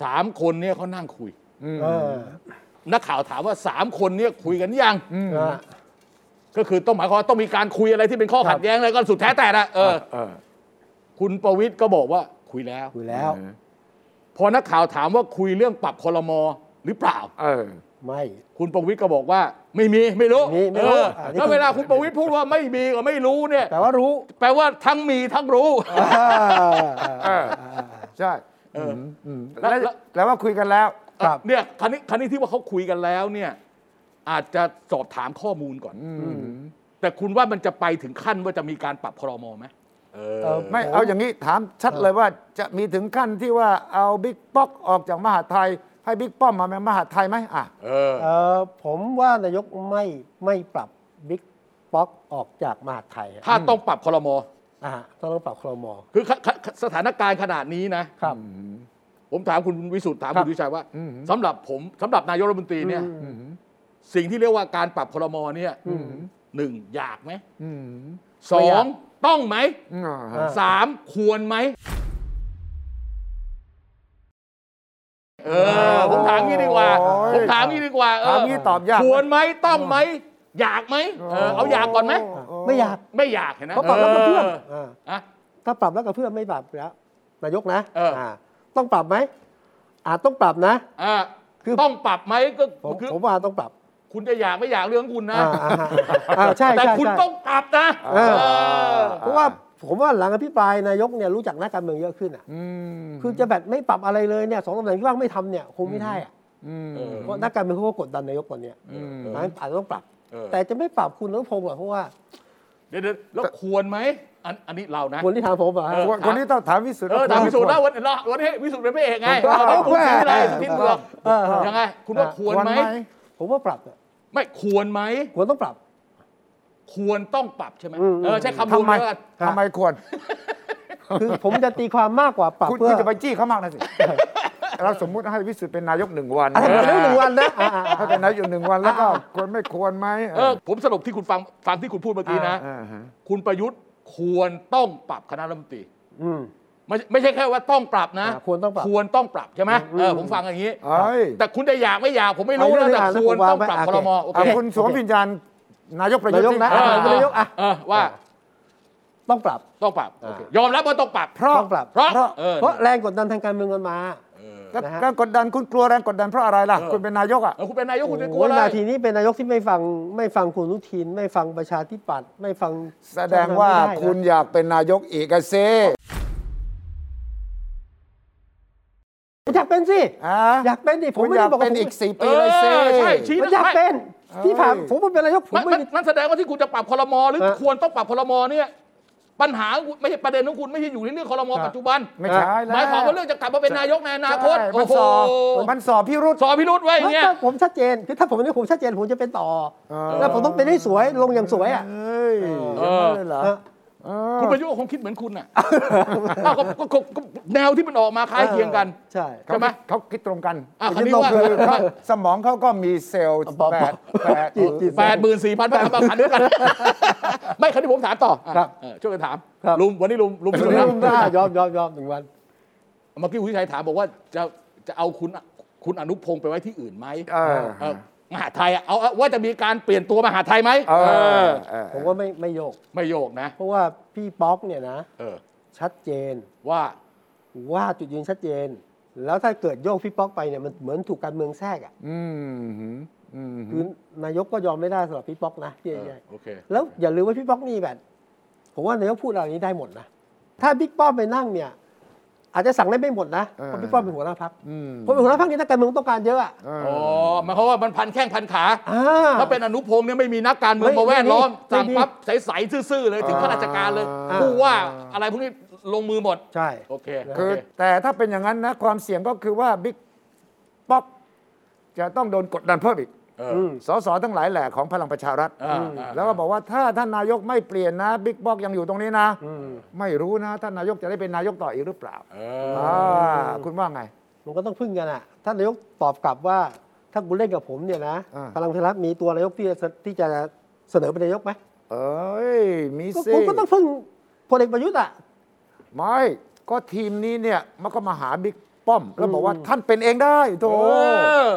สามคนเนี่ยเขานั่งคุย อืม เออ นักข่าวถามว่าสามคนเนี่ยคุยกันยัง อ่า ก็คือต้องหมายความว่าต้องมีการคุยอะไรที่เป็นข้อขัดแย้งอะไรก็สุดแท้แต่ละเออ เออ คุณประวิทย์ก็บอกว่าคุยแล้ว คุยแล้ว พอนักข่าวถามว่าคุยเรื่องปรับคอรมอหรือเปล่า เออ ไม่ คุณประวิตรก็บอกว่าไม่มีไม่รู้ ไม่มีไม่รู้ เออ อ่านี่ ถ้าเวลาคุณประวิตรพูดว่าไม่มีกับไม่รู้เนี่ย แต่ว่ารู้ แปลว่าทั้งมีทั้งรู้ เออ ใช่ เออ ม แล้วแล้ว แล้วว่าคุยกันแล้ว ครับ เนี่ยครั้นี้ครั้นี้ที่ว่าเขาคุยกันแล้วเนี่ย อาจจะสอบถามข้อมูลก่อน แต่คุณว่ามันจะไปถึงขั้นว่าจะมีการปรับครมไหม เอ เออ อ ไม่ ผม เอาอย่างนี้ถามชัด ครับ เลยว่าจะมีถึงขั้นที่ว่าเอาบิ๊กป๊อกออกจากมหาดไทย ให้บิ๊กป้อมมาเป็นมหาดไทยไหมอ่ะ เออ เอ่อผมว่านายกไม่ไม่ปรับบิ๊กป๊อกออกจากมหาดไทยอะ ถ้าต้องปรับคลมอ อ่าฮะต้องปรับครม คือขขขสถานการณ์ขนาดนี้นะ ครับ ผมถามคุณวิสุทธ์ถาม ครั คุ บ ณวิชัยว่า อืม สำหรับผมสำหรับนายกรัฐมนตรีเนี่ย อืม สิ่งที่เรียกว่าการปรับคลมอเนี่ย อืม หนึ่งอยากไหม อืม สองต้องไหม อืมอ่าฮะ สามควรไหมเออ ผมถามงี้ดีกว่า โอ้ย ผมถามงี้ดีกว่าเอ ถาม อ งี้ตอบยาก ควรไหมต้องไหมอยากไหมเออเอาอยากก่อนไหม ไม่อยาก ไม่อยากเห็นไหม เขาปรับแล้วกับเพื่อน อ อ่า อ่ะ ถ้าปรับแล้วกับเพื่อนไม่ปรับแล้วนายกนะ เอออ่ าต้องปรับไหมอาจต้องปรับนะ อ่ะ คือ ต้องปรับไหมก็ ผม คือ ผมว่าต้องปรับ คุณจะอยากไม่อยากเรื่องคุณนะ อ่าอ่าอ่าอ่าใช่ แต่ ใช่ คุณ ใช่ ต้องปรับนะ เออ เออ เพราะว่าผมว่าหลังอภิปรายนายกเนี่ยรู้จักนักการเมืองเยอะขึ้นอ่ะ อืม คือจะแบบไม่ปรับอะไรเลยเนี่ยสองตำแหน่งที่ว่างไม่ทำเนี่ยคงไม่ได้อ่ะ อืม เออ เพราะนักการเมืองเขาก็กดดันนายกตอนเนี้ย เออ ดังนั้นอาจจะต้องปรับ เออ แต่จะไม่ปรับคุณอนุพงศ์หรอกเพราะว่า เดี๋ยวเดี๋ยวแล้วควรไหมอันอันนี้เรานะ คนที่ถามผมอ่ะ เออ คนคนที่ต้องถามวิสุทธิ์ เออ ว่ ถามพิสูจน์นะ ควร วันเราวันนี้พิสูจน์เป็นพระเอกไง ถูกต้อง เราต้องพิสูจน์อะไร ถูกต้อง พิสูจน์เผือก เออเออ ยังไง คุณว่าควรไหม ผมว่าปรับอะ ไม่ควรไหม ควรต้องปรับ ควรต้องปรับใช่ไหม อืม เออใช้คำ ทำ พูด ไม แล้วกัน ทำไมควร คือผมจะตีความมากกว่าปรับ คุณ เพื่ คุ อ ณจะไปจี้เขามากนะสิ เราสมมุติให้วิสุทธิ์เป็นนายกหนึ่งวัน อะไรแบบนี้หนึ่งวันนะอ่าอ่า ให้เป็นนายกหนึ่งวันแล้วก็ควรไม่ควรไหม เออผมสรุปที่คุณฟังฟังที่คุณพูดเมื่อกี้นะ อ่าฮะ คุณประยุทธ์ควรต้องปรับคณะรัฐมนตรี อืม ไม่ไม่ใช่แค่ว่าต้องปรับนะ อ่าควรต้องปรับ ควรต้องปรับใช่ไหมเออผมฟังอย่างนี้ เอ้ย แต่คุณจะอยากไม่อยากผมไม่รู้ เอาเรื่ นะ อง แต่ นี้อ่าน ควร แล้วผมวางไว้ต้องปรับ อ่ะ คลมอ โอ โอ เค เค เอาคุณสวมวิญญาณนายกประยุท นายกธ์สิ นะ เออ อ่าคุณนายกอ่ะ เออว่า ต้องปรับ ต้องปรับ อ่า โอเคยอมรับว่าต้องปรับ เพราะ ต้องปรับ เพราะ เพราะ เออ เพราะแรงกดดันทางการเมืองมันมา เออ ก็ นะฮะ การกดดันคุณกลัวแรงกดดันเพราะอะไรล่ะ เออ คุณเป็นนายกอ่ะ แล้วคุณเป็นนายกคุณจะกลัว โอ้ย อะไร นาทีนี้เป็นนายกที่ไม่ฟังไม่ฟังคุณอนุทิน ไม่ฟังประชาธิปัตย์ไม่ฟัง แสดงว่า ไม่ไนะ คุณอยากเป็นนายกอีกอะเซ่ อยากเป็นสิ อ่ะ อยากเป็นดิผม คุณ ไม่ อยา ได้ ก บอก เป็น ว่าผม อีกสี่ เอ ปี อ เลยเซ่ ใช่ชี้ ผม นะ อยากเป็น เอ้ย ที่ผ่านผมเป็นนายกผม มัน ไม่ มัน มี มันแสดงว่าที่คุณจะปรับคลมอหรือ เออ ควรต้องปรับคลมอเนี่ยปัญหาของคุณไม่ใช่ประเด็นของคุณไม่ใช่อยู่ในเรื่องคลมอ ครับ ปัจจุบัน ไม่ใช่แล้ว หมายความว่าเรื่องจะกลับมาเป็นนายกในอนาคต ใช่มั โอ้ น โห สอบมันสอบพิรุษ สอบพิรุษไว้อย่างเงี้ย ถ้าผมชัดเจนคือถ้าผมเป็นนายกผมชัดเจนผมจะเป็นต่อ เออ แล้วผมต้องเป็นให้สวยลงอย่างสวยอ่ะ เฮ้ย เออ ย่างนั้นเลยเหรอ ฮะ เออ คุณประยุทธ์ก็คงคิดเหมือนคุณน่ะอ้าวก็ก็ก็ก็แนวที่มันออกมาคล้ายเคียงกัน ใช่ ใช่ไหม เขาคิดตรงกัน อ่ะคันนี้ว่า คือเขาสมองเขาก็มีเซลล์ บอก แป บอ ด ก แปด จิตจิต แปดหมื่นสี่พันบาทประมาณนี้กัน ไม่คันนี้ผมถามต่ออ่ะ ครับ เออช่วยกันถาม ครับ ลุงวันนี้ลุงลุง คุณ ลุง นี่ นะ ผมได้ยอมยอมยอมหนึ่งวัน เมื่อกี้คุณวิชัยถามบอกว่าจะจะเอาคุณคุณอนุพงศ์ไปไว้ที่อื่นไหม เออ เออมหาไทยอ่ะเอาเอาว่าจะมีการเปลี่ยนตัวมหาไทยไหม เอ เออ อ ผมว่าไม่ไม่โยก ไม่โยกนะ เพราะว่าพี่ป๊อกเนี่ยนะ เออ ชัดเจน ว่า ว่าจุดยืนชัดเจน แล้วถ้าเกิดโยกพี่ป๊อกไปเนี่ยมันเหมือนถูกการเมืองแทรกอ่ะ อืมหืมอืมหื คือ ม นายกก็ยอมไม่ได้สำหรับพี่ป๊อกนะพี่ เอ ให อ ญ่ โอเค แล้วอย่าลืมว่าพี่ป๊อกนี่แบบผมว่านายกพูดอะไรนี้ได้หมดนะถ้าบิ๊กป้อมไปนั่งเนี่ย อาจจะสั่งได้ไม่หมดนะเพราะบิ๊กป้อมเป็นหัวหน้าพัก อืม เพราะเป็นหัวหน้าพักนี่นักการเมืองต้องการเยอะอะ เอ อ๋อ อ หมายความว่ามันพันแข้งพันขา อ่า ถ้าเป็นอนุพงศ์เนี่ยไม่มีนักการเมือง ไม่ มาแวดล้อม ไม่มี สั่ง ไม่มี ปั๊บใสๆซื่อๆเลยถึงข้าราชการเลย อ่า ผู้ว่าอะไรพวกนี้ลงมือหมด ใช่ โอเคโอ คือ เค แต่ถ้าเป็นอย่างนั้นนะ ความเสี่ยงก็คือว่าบิ๊กป๊อกจะต้องโดนกดดันเพิ่มอีก เอออ ม สสทั้งหลายแหล่ของพลังประชารัฐ อ่าา แล้วก็บอกว่าถ้าท่านนายกไม่เปลี่ยนนะบิ๊กป๊อกยังอยู่ตรงนี้นะ อืม ไม่รู้นะท่านนายกจะได้เป็นนายกต่ออีกหรือเปล่า เออ อ่าคุณว่าไง มันก็ต้องพึ่งกันอ่ะท่านนายกตอบกลับว่า ถ้าคุณเล่นกับผมเนี่ยนะ อ่า พลังประชารัฐมีตัวนายกที่จะที่จะเสนอเป็นนายกไหม เอ้ย มี ก็ สิ ผมก็ต้องพึ่งพลเอกประยุทธ์อ่ะ ไม่ก็ทีมนี้เนี่ยมันก็มาหาบิ๊กป้อม แล้วบอกว่าท่านเป็นเองได้โถ เออ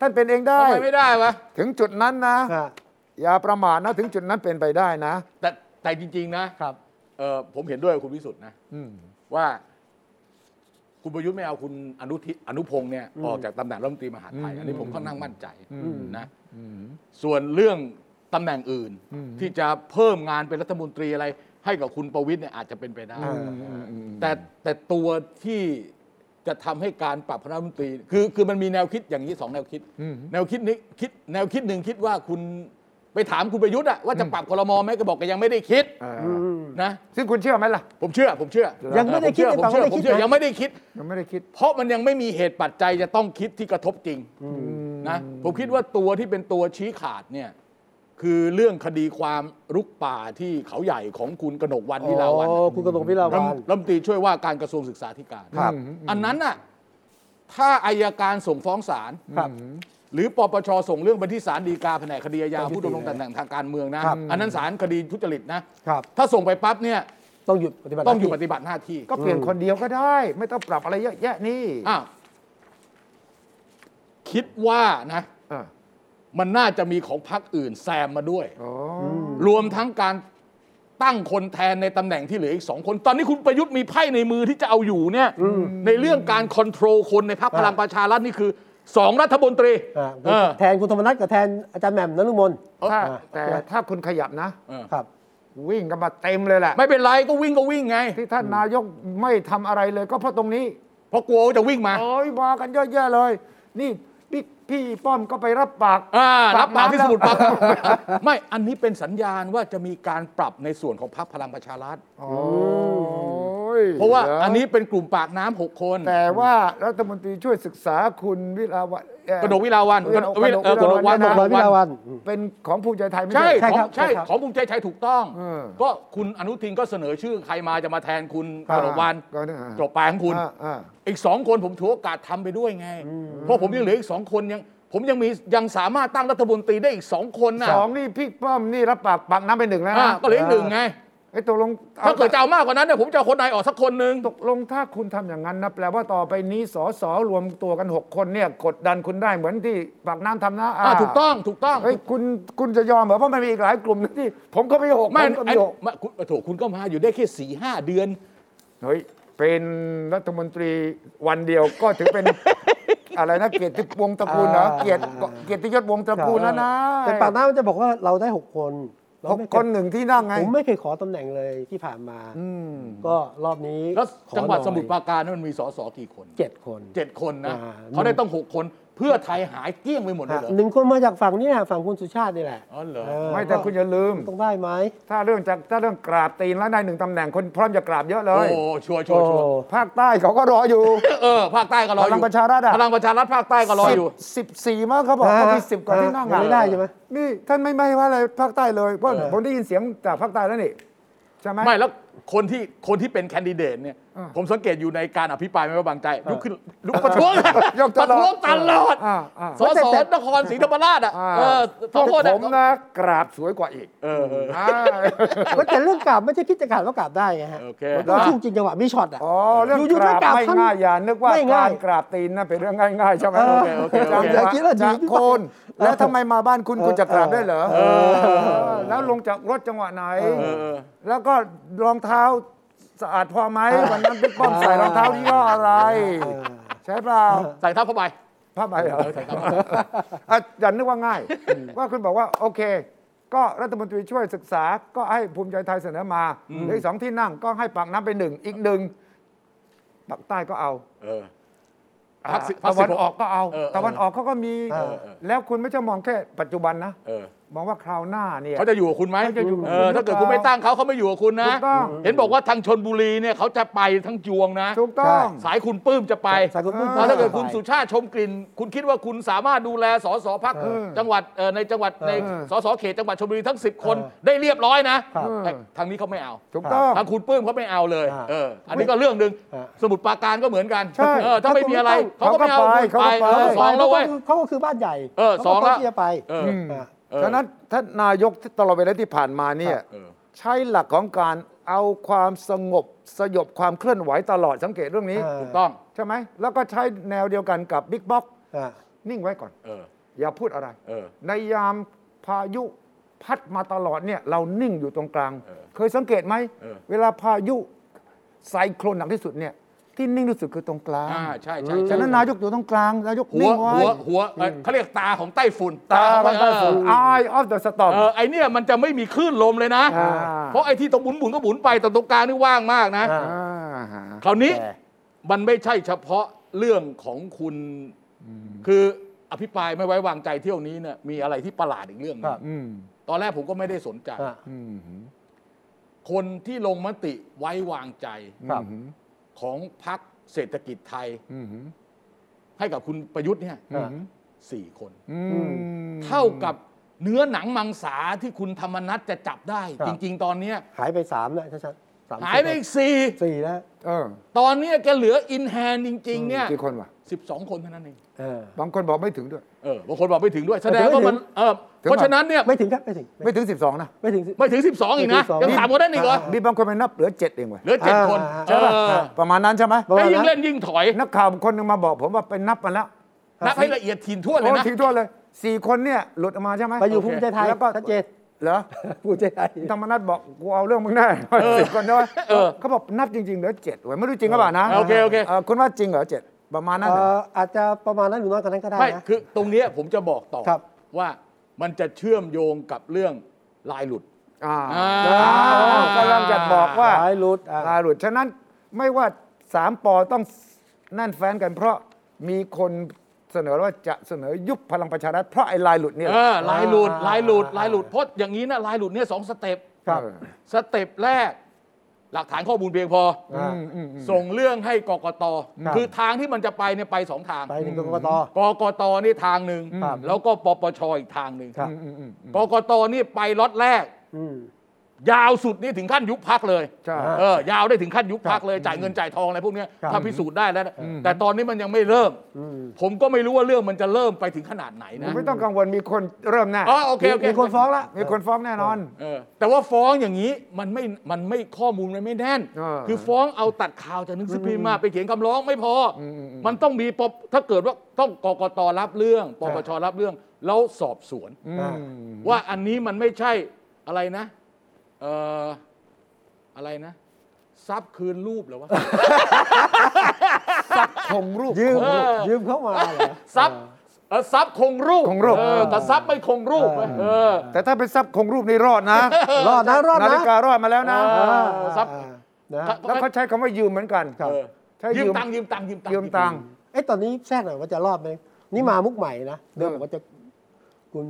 ท่านเป็นเองได้ ทำไมไม่ได้วะ ถึงจุดนั้นนะ อ่า อย่าประมาทนะถึงจุดนั้นเป็นไปได้นะ แต่แต่จริง ๆ นะครับ เออผมเห็นด้วยกับคุณวิสุทธ์นะ อืม ว่า คุณประยุทธ์ไม่เอาคุณอนุทิอนุพงศ์เนี่ยออกจากตำแหน่งรัฐมนตรีมหาดไทย อันนี้ผมค่อนข้างมั่นใจนะส่วนเรื่องตำแหน่งอื่น ที่จะเพิ่มงานเป็นรัฐมนตรีอะไร ให้กับคุณประวิทย์เนี่ยอาจจะเป็นไปได้ แต่แต่ตัวที่จะทำให้การปรับคณะรัฐมนตรี คือคือมันมีแนวคิดอย่างนี้สองแนวคิด แนวคิดนี้คิดแนวคิดหนึ่งคิดว่าคุณ ไปถามคุณประยุทธ์อะว่าจะปรับคอรมอไหมก็บอกแกยังไม่ได้คิด เออ อืม นะ ซึ่งคุณเชื่อไหมล่ะ ผมเชื่อผมเชื่อ ยังไม่ได้คิด ผมเชื่อผมเชื่อ ยังไม่ได้คิดนะ ยังไม่ได้คิด ยังไม่ได้คิด เพราะมันยังไม่มีเหตุปัจจัยจะต้องคิดที่กระทบจริงนะผมคิดว่าตัวที่เป็นตัวชี้ขาดเนี่ยคือเรื่องคดีความรุกป่าที่เขาใหญ่ของคุณกนกวันวิลาวัน อ๋อคุณกนกวิลาวั รัฐ น รัฐมนตรีช่วยว่าการกระทรวงศึกษาธิการ ครับ อันนั้นน่ะถ้าอายการส่งฟ้องศาล ครับ หรือปปชส่งเรื่องไปที่ศาลฎีกาแผนกคดีอาญาผู้ดำรงตำแหน่งทางการเมืองนะครับ อันนั้นศาลคดีทุจริตนะครับ ถ้าส่งไปปั๊บเนี่ย ต้องหยุดปฏิบัติ ต้องอยู่ ห ป น้าที่ ฏิบัติหน้าที่ ก็เปลี่ยนคนเดียวก็ได้ ไม่ต้องปรับอะไรเยอะแยะนี่ อ้าวคิดว่านะ เออ มันน่าจะมีของพรรคอื่นแซมมาด้วย อ๋อ รวมทั้งการตั้งคนแทนในตำแหน่งที่เหลืออีกสองคน ตอนนี้คุณประยุทธ์มีไพ่ในมือที่จะเอาอยู่เนี่ยในเรื่องการคอนโทรลคนในพรรคพลังประชารัฐนี่คือสองรัฐมนตรี อ่า เออ แทนคุณธรรมนัฐกับแทนอาจารย์แหม่มนฤมล ถ้า อ่ะ แต่ถ้าคุณขยับนะ ครับ วิ่งกันมาเต็มเลยแหละ ไม่เป็นไรก็วิ่งก็วิ่งไง ที่ท่านนายกไม่ทำอะไรเลยก็เพราะตรงนี้ เพราะกลัวว่าจะวิ่งมา โอ้ยมากันเยอะแยะเลย นี่พี่พี่ป้อมก็ไปรับปาก อ่ารับปาก น้ำ ที่ แล้ ส ว มุดปรากการไม่อันนี้เป็นสัญญาณว่าจะมีการปรับในส่วนของพรรคพลังประชารัฐ โอ้ย เพราะว่า ห อันนี้เป็นกลุ่มปากน้ำหกคน แต่ว่ารัฐมนตรีช่วยศึกษาคุณวิลาวันเอ่อ กระโดกวิลาวัน กระโดกวิลาวัน เอ่อกระกระโดโดกกวิลาวัน เป็นของภูมิใจไทยไม่ ใช่ ใช่ ใช่คขอรั ง บ ใช่ ใช่ครับ ของภูมิใจไทยถูกต้อง เออ ก็คุณอนุทินก็เสนอชื่อใครมาจะมาแทนคุณกระโดกวัน ก็เนี่ย จบไปของคุณ อ่าอ่า อีกสองคนผมถือโอกาสทำไปด้วยไง เพราะผมยังเหลืออีกสองคนยัง ผมยังมียังสามารถตั้งรัฐมนตรีได้อีกสองคนนะ สองนี่พี่ป้อมนี่รับปากปักน้ำไปหนึ่งแล้ว อ่ะ นะ ก็เหลืออีกหนึ่งไง ไอ้ตกลง ถ้าเกิดจะเอามากกว่านั้นเนี่ยผมจะเอาคนใดออกสักคนหนึ่ง ตกลงถ้าคุณทำอย่างนั้นนะแปลว่าต่อไปนี้สสรวมตัวกัน 6 คนเนี่ยกดดันคุณได้เหมือนที่ปากน้ำทำนะ อ่ะถูกต้องถูกต้อง เฮ้ยคุณคุณจะยอมเหรอเพราะมันมีอีกหลายกลุ่มนะที่ ผมก็ไม่หก ไม่ ผก็ ไอ้ ไม่หก ไม่คุณโถูกคุณก็มาอยู่ได้แค่สี่ห้าเดือน เฮ้ยเป็นรัฐมนตรีวันเดียวก็ถือเป็น อะไรนะเกียรติวงศ์ตระกูลเหรอเกียรติเกียรติยศวงศ์ตระกูลแล้วนะ แต่ปากหน้ามันจะบอกว่าเราได้หกคนเรา หก ไม่ คนหนึ่งที่นั่งไง ผมไม่เคยขอตำแหน่งเลยที่ผ่านมา ก็รอบนี้ แล้ว ขอ จังหวัด น่อย สมุทรปราการนั้นมันมีสสกี่คน เจ็ดคน เจ็ดคนนะ อ่า เขาได้ต้องหกคนเพื่อไทยหายเกลี้ยงไปหมดเลยเหรอ หนึ่งคนมาจากฝั่งนี้นะฝั่งคุณสุชาตินี่แหละ อ๋อเหรอ เออ ไม่แต่คุณอย่าลืม ต้องได้ไหม ถ้าเรื่องจากถ้าเรื่องกราบตีนแล้วได้หนึ่งตำแหน่งคนพร้อมจะกราบเยอะเล โอ้ ย ชัวร์ชัวร์ชัวร์ โอ้ ภาคใต้เขาก็รออยู่ เออภาคใต้ก็รออยู่ พลังประชารัฐอะ พลังประชารัฐภาคใต้ก็รออยู่ สิบสี่มั้งเขาบอก อ่า เขามีสิบกว่าที่นั่ง ยั อ่ะ งไม่ได้ใช่ไหม นี่ท่านไม่ไม่ว่าอะไรภาคใต้เลยเพราะ เออ ผมได้ยินเสียงจากภาคใต้แล้วนี่ใช่ไหม ไม่แล้วคนที่คนที่เป็นแคนดิเดตเนี่ย อ่า ผมสังเกตอยู่ในการอภิปรายไม่ไว้วางใจลุกขึ้นลุกประท้วง ยก ป ต ระ ลอด ท้วงตลอด อ่าอ่า สอสอนครศรีธรรมราชอ่ะ อ่า เออขอโทษ ผม นะ นะกราบสวยกว่าอีก เออเออ อ่า แต่เรื่องกราบไม่ใช่คิดจะกราบก็กราบได้ไงฮะ โอเค มันต้องช่วงจริงจังหวะมีช็อตอ่ะ อ๋อเรื่อง อยู่ๆ กราบ กราบ ไม่ ท่าน ง่ายอย่านึกว่า ไม่ง่าก าย รกราบตีนนะเป็นเรื่องง่ายๆใช่ไหม เออ โอเคโอจำได้เคโอเคจังหวะ คิดว่าดี จากโคนแล้วทำไมมาบ้านคุณคุณจะกราบได้เหรอแล้วลงจากรถจังหวะไหน เออเออ แล้วก็รองเท้าสะอาดพอไหมวันนั้นพี่ป้อมใส่รองเท้ายี่ห้ออะไร ใช่เปล่า ใส่ท่าผ้าใบ ผ้าใบเหรอ ใส่ผ้าใบ อ่ะอย่านึกว่าง่าย ว่าคุณบอกว่า โอเค ก็รัฐมนตรีช่วยศึกษาก็ให้ภูมิใจไทยเสนอมาเหลืออีกสองที่นั่งก็ให้ปากน้ำไปหนึ่งอีกหนึ่งปากใต้ก็เอา เออ อ่า พรรคสิพรรค ตะวัน สิบหก ออกก็เอา เออเออ ตะวันออกเขาก็มี เออ แล้วคุณไม่ใช่มองแค่ปัจจุบันนะ เออ มองว่าคราวหน้าเนี่ย เขาจะอยู่กับคุณไหม เขาจะอยู่กับ เอ คุอณหรือเปล่า ถ้าเกิดคุณไม่ตั้งเขาเขาไม่อยู่กับคุณนะ ถูกต้อง เห็นบอกว่าทางชนบุรีเนี่ยเขาจะไปทั้งจวงนะ ถูกต้อง สายคุณปื้มจะไป สายคุณปื้ม อ่าถ้าเกิด จะไป คุณสุชาติชมกลิ่น คุณคิดว่าคุณสามารถดูแลสสพัก เออ จังหวัดเอ่อในจังหวัดใน เออ สสเขตจังหวัดชลบุรีทั้ง 10 คน เออ ได้เรียบร้อยนะครับ แต่ทางนี้เขาไม่เอา ถูกต้อง ทางคุณปื้มเขาไม่เอาเลย อ่า เอออันนี้ก็เรื่องหนึ่ง อ่า สมุดปราการก็เหมือนกัน ใช่ เออถ้าไม่มีอะไรเขา เขาก็ ก็ไม่เอา ไป คุณ เขาก็ไป สองแล้วเว้ย เขาก็คือบ้านใหญ่ เออสองแล้ว เขาก็ที่จะไป เออ อ่ะ เออ ฉะนั้นท่านนายกตลอดเวลาที่ผ่านมาเนี่ย เออ ใช้หลักของการเอาความสงบสยบความเคลื่อนไหวตลอดสังเกตเรื่องนี้ เออ ถูกต้อง ใช่ไหม แล้วก็ใช้แนวเดียวกันกับบิ๊กบ็อก อ่ะ นิ่งไว้ก่อน เออ อย่าพูดอะไร เออ ในยามพายุพัดมาตลอดเนี่ยเรานิ่งอยู่ตรงกลาง เออ เคยสังเกตไหม เออ เวลาพายุไซโคลนหนักที่สุดเนี่ยที่นิ่งที่สุดคือตรงกลาง อ่าใช่ใช่ ฉะ ใช่ นั้นนายกอยู่ตรงกลางนายก หัว นิ่งไว้ หัวหัวเอ่อเขาเรียกตาของไต้ฝุ่น ตา ของ มันก็สูง eye of the เอ storm อเออไอเนี่ยมันจะไม่มีคลื่นลมเลยนะ อ่า เพราะไอ้ที่ตรงบุนบุนก็บุนไปแต่ตรงกลางนี่ว่างมากนะ อ่า อ่า คราวนี้ แต่ มันไม่ใช่เฉพาะเรื่องของคุณคืออภิปรายไม่ไว้วางใจเที่ยวนี้เนี่ยมีอะไรที่ประหลาดอีกเรื่องหนึ ค ง รับ ตอนแรกผมก็ไม่ได้สนใจ อ่ะ อืม คนที่ลงมติไว้วางใจ ครับ ของพรรคเศรษฐกิจไทย อืม ให้กับคุณประยุทธ์เนี่ย อ่ะ สี่คน อืม เท่ากับเนื้อหนังมังสาที่คุณธรรมนัฐจะจับได้ ครับ จริง ๆ ตอนเนี้ย หายไปสามแล้วชัดๆสาม หายไปอีกสี่ สี่แล้ว เออ ตอนเนี้ยแกเหลืออินแฮนจริง ๆ เนี่ย กี่คนวะ สิบสองคนเท่านั้นเอง เออ บางคนบอกไม่ถึงด้วย เออบางคนบอกไม่ถึงด้วย แสดงว่ามันเออ ถึง เพราะฉะนั้นเนี่ย ไม่ถึงครับ ไม่ถึง ไม่ถึง 12 นะ ไม่ถึงสิ ไม่ถึง 12 อีกนะ ไม่ถึง12 ยังสามคนนั้นอีกเหรอ มีบางคนไปนับเหลือ 7 เองเว้ย เหลือเจ็ดคน อ่า เออ ประมาณนั้นใช่ไหม ประมาณ ให้ยิ่ นั้ ง น เล่นยิ่งถอย นักข่าวคนหนึงมาบอกผมว่าไปนับมาแล้ว นับให้ละเอียดทีนทั่วนเลย โอ้ นะ ถึงทั่วเลยสี่คนเนี่ยหลุดออกมาใช่ไหม ไปอยู่ภูมิใจไทย แล้วก็ ชัดเจน เหรอ ภูมิใจไทย ธรรมนัฐบอกกูเอาเรื่องมึงแน่ สิบคนด้วย เออ เขาบอกนับจริงๆเหลือเจ็ดเว้ยไม่รู้จริงหรือเปล่านะ โอเคโอเค เออคุณว่าจริงเหรอเจ็ดประมาณนั้น เอ่ เหรอออาจจะประมาณนั้นหรือน้อยกว่านั้นก็ได้ ไม่ นะ คือตรงเนี้ยผมจะบอกต่อ ครับ ว่ามันจะเชื่อมโยงกับเรื่องลายหลุด อ่า อ่า อ้าวก็เริ่มจะบอกว่า หายรุดอ่ะ ลาหลุด ฉะนั้นไม่ว่าสามปอต้องแน่นแฟนกันเพราะมีคนเสนอว่าจะเสนอยุบพลังประชารัฐเพราะไอ้ลายหลุดเนี่ย เออลายหลุด อ่า ลายหลุดลายหลุดเพราะอย่างนี้นะลายหลุดเนี่ยสองสเต็ป ครับ สเต็ปแรก หลักฐานข้อมูลเพียงพอ อ่ะ ส่งเรื่องให้กกต ครับ คือทางที่มันจะไปเนี่ยไปสองทาง ไปถึงกกต กกตนี่ทางหนึ่ง ครับ แล้วก็ปปชอีกทางหนึ่ง ครับ อืมอืมอืม กกตนี่ไปล็อตแรก อืม ยาวสุดนี่ถึงขั้นยุบพักเลย ใช่ เออยาวได้ถึงขั้นยุบพักเลยจ่ายเงินจ่ายทองอะไรพวกเนี้ย ครับ ถ้าพิสูจน์ได้แล้วนะแต่ตอนนี้มันยังไม่เริ่ม อืม ผมก็ไม่รู้ว่าเรื่องมันจะเริ่มไปถึงขนาดไหนนะ ไม่ต้องกังวลมีคนเริ่มแน่ อ๋อโอเคโอเค มีคนฟ้องละ มีคนฟ้องแน่นอน เออแต่ว่าฟ้องอย่างนี้มันไม่มันไม่ข้อมูลมันไม่แน่น เออ คือฟ้องเอาตัดข่าวจากหนังสือพิมพ์มาไปเขียนคำร้องไม่พออ มอืมอืม มันต้องมีปปถ้าเกิดว่าต้องกกตรับเรื่องปปชรับเรื่อง แล้วสอบสวน อืม อ่า ว่าอันนี้มันไม่ใช่อะไรนะเอ่ออะไรนะทรัพย์คืนรูปเหรอวะ คงรูป ยืม เออ ยืมเข้ามาเหรอ ทรัพย์เอ่อทรัพย์คงรูป คงรูป เออแต่ทรัพย์ไม่คงรูป เออ เออ แต่ถ้าเป็นทรัพย์คงรูปนี่รอด นะ รอดนะรอด นาฬิ นะ การอดมาแล้วนะ เออทรัพย์ อ่านะ แล้วเขาใช้คำว่ายืมเหมือนกัน เออ ใช้ ยื ยื ม ม ตังค์ยืมตังค์ยืมตังค์ ยืมตังค์ เอ้ตอนนี้แทรกหน่อยว่าจะรอดไหมนี่มามุกใหม่นะเดิม เออ บอกว่าจะคุณ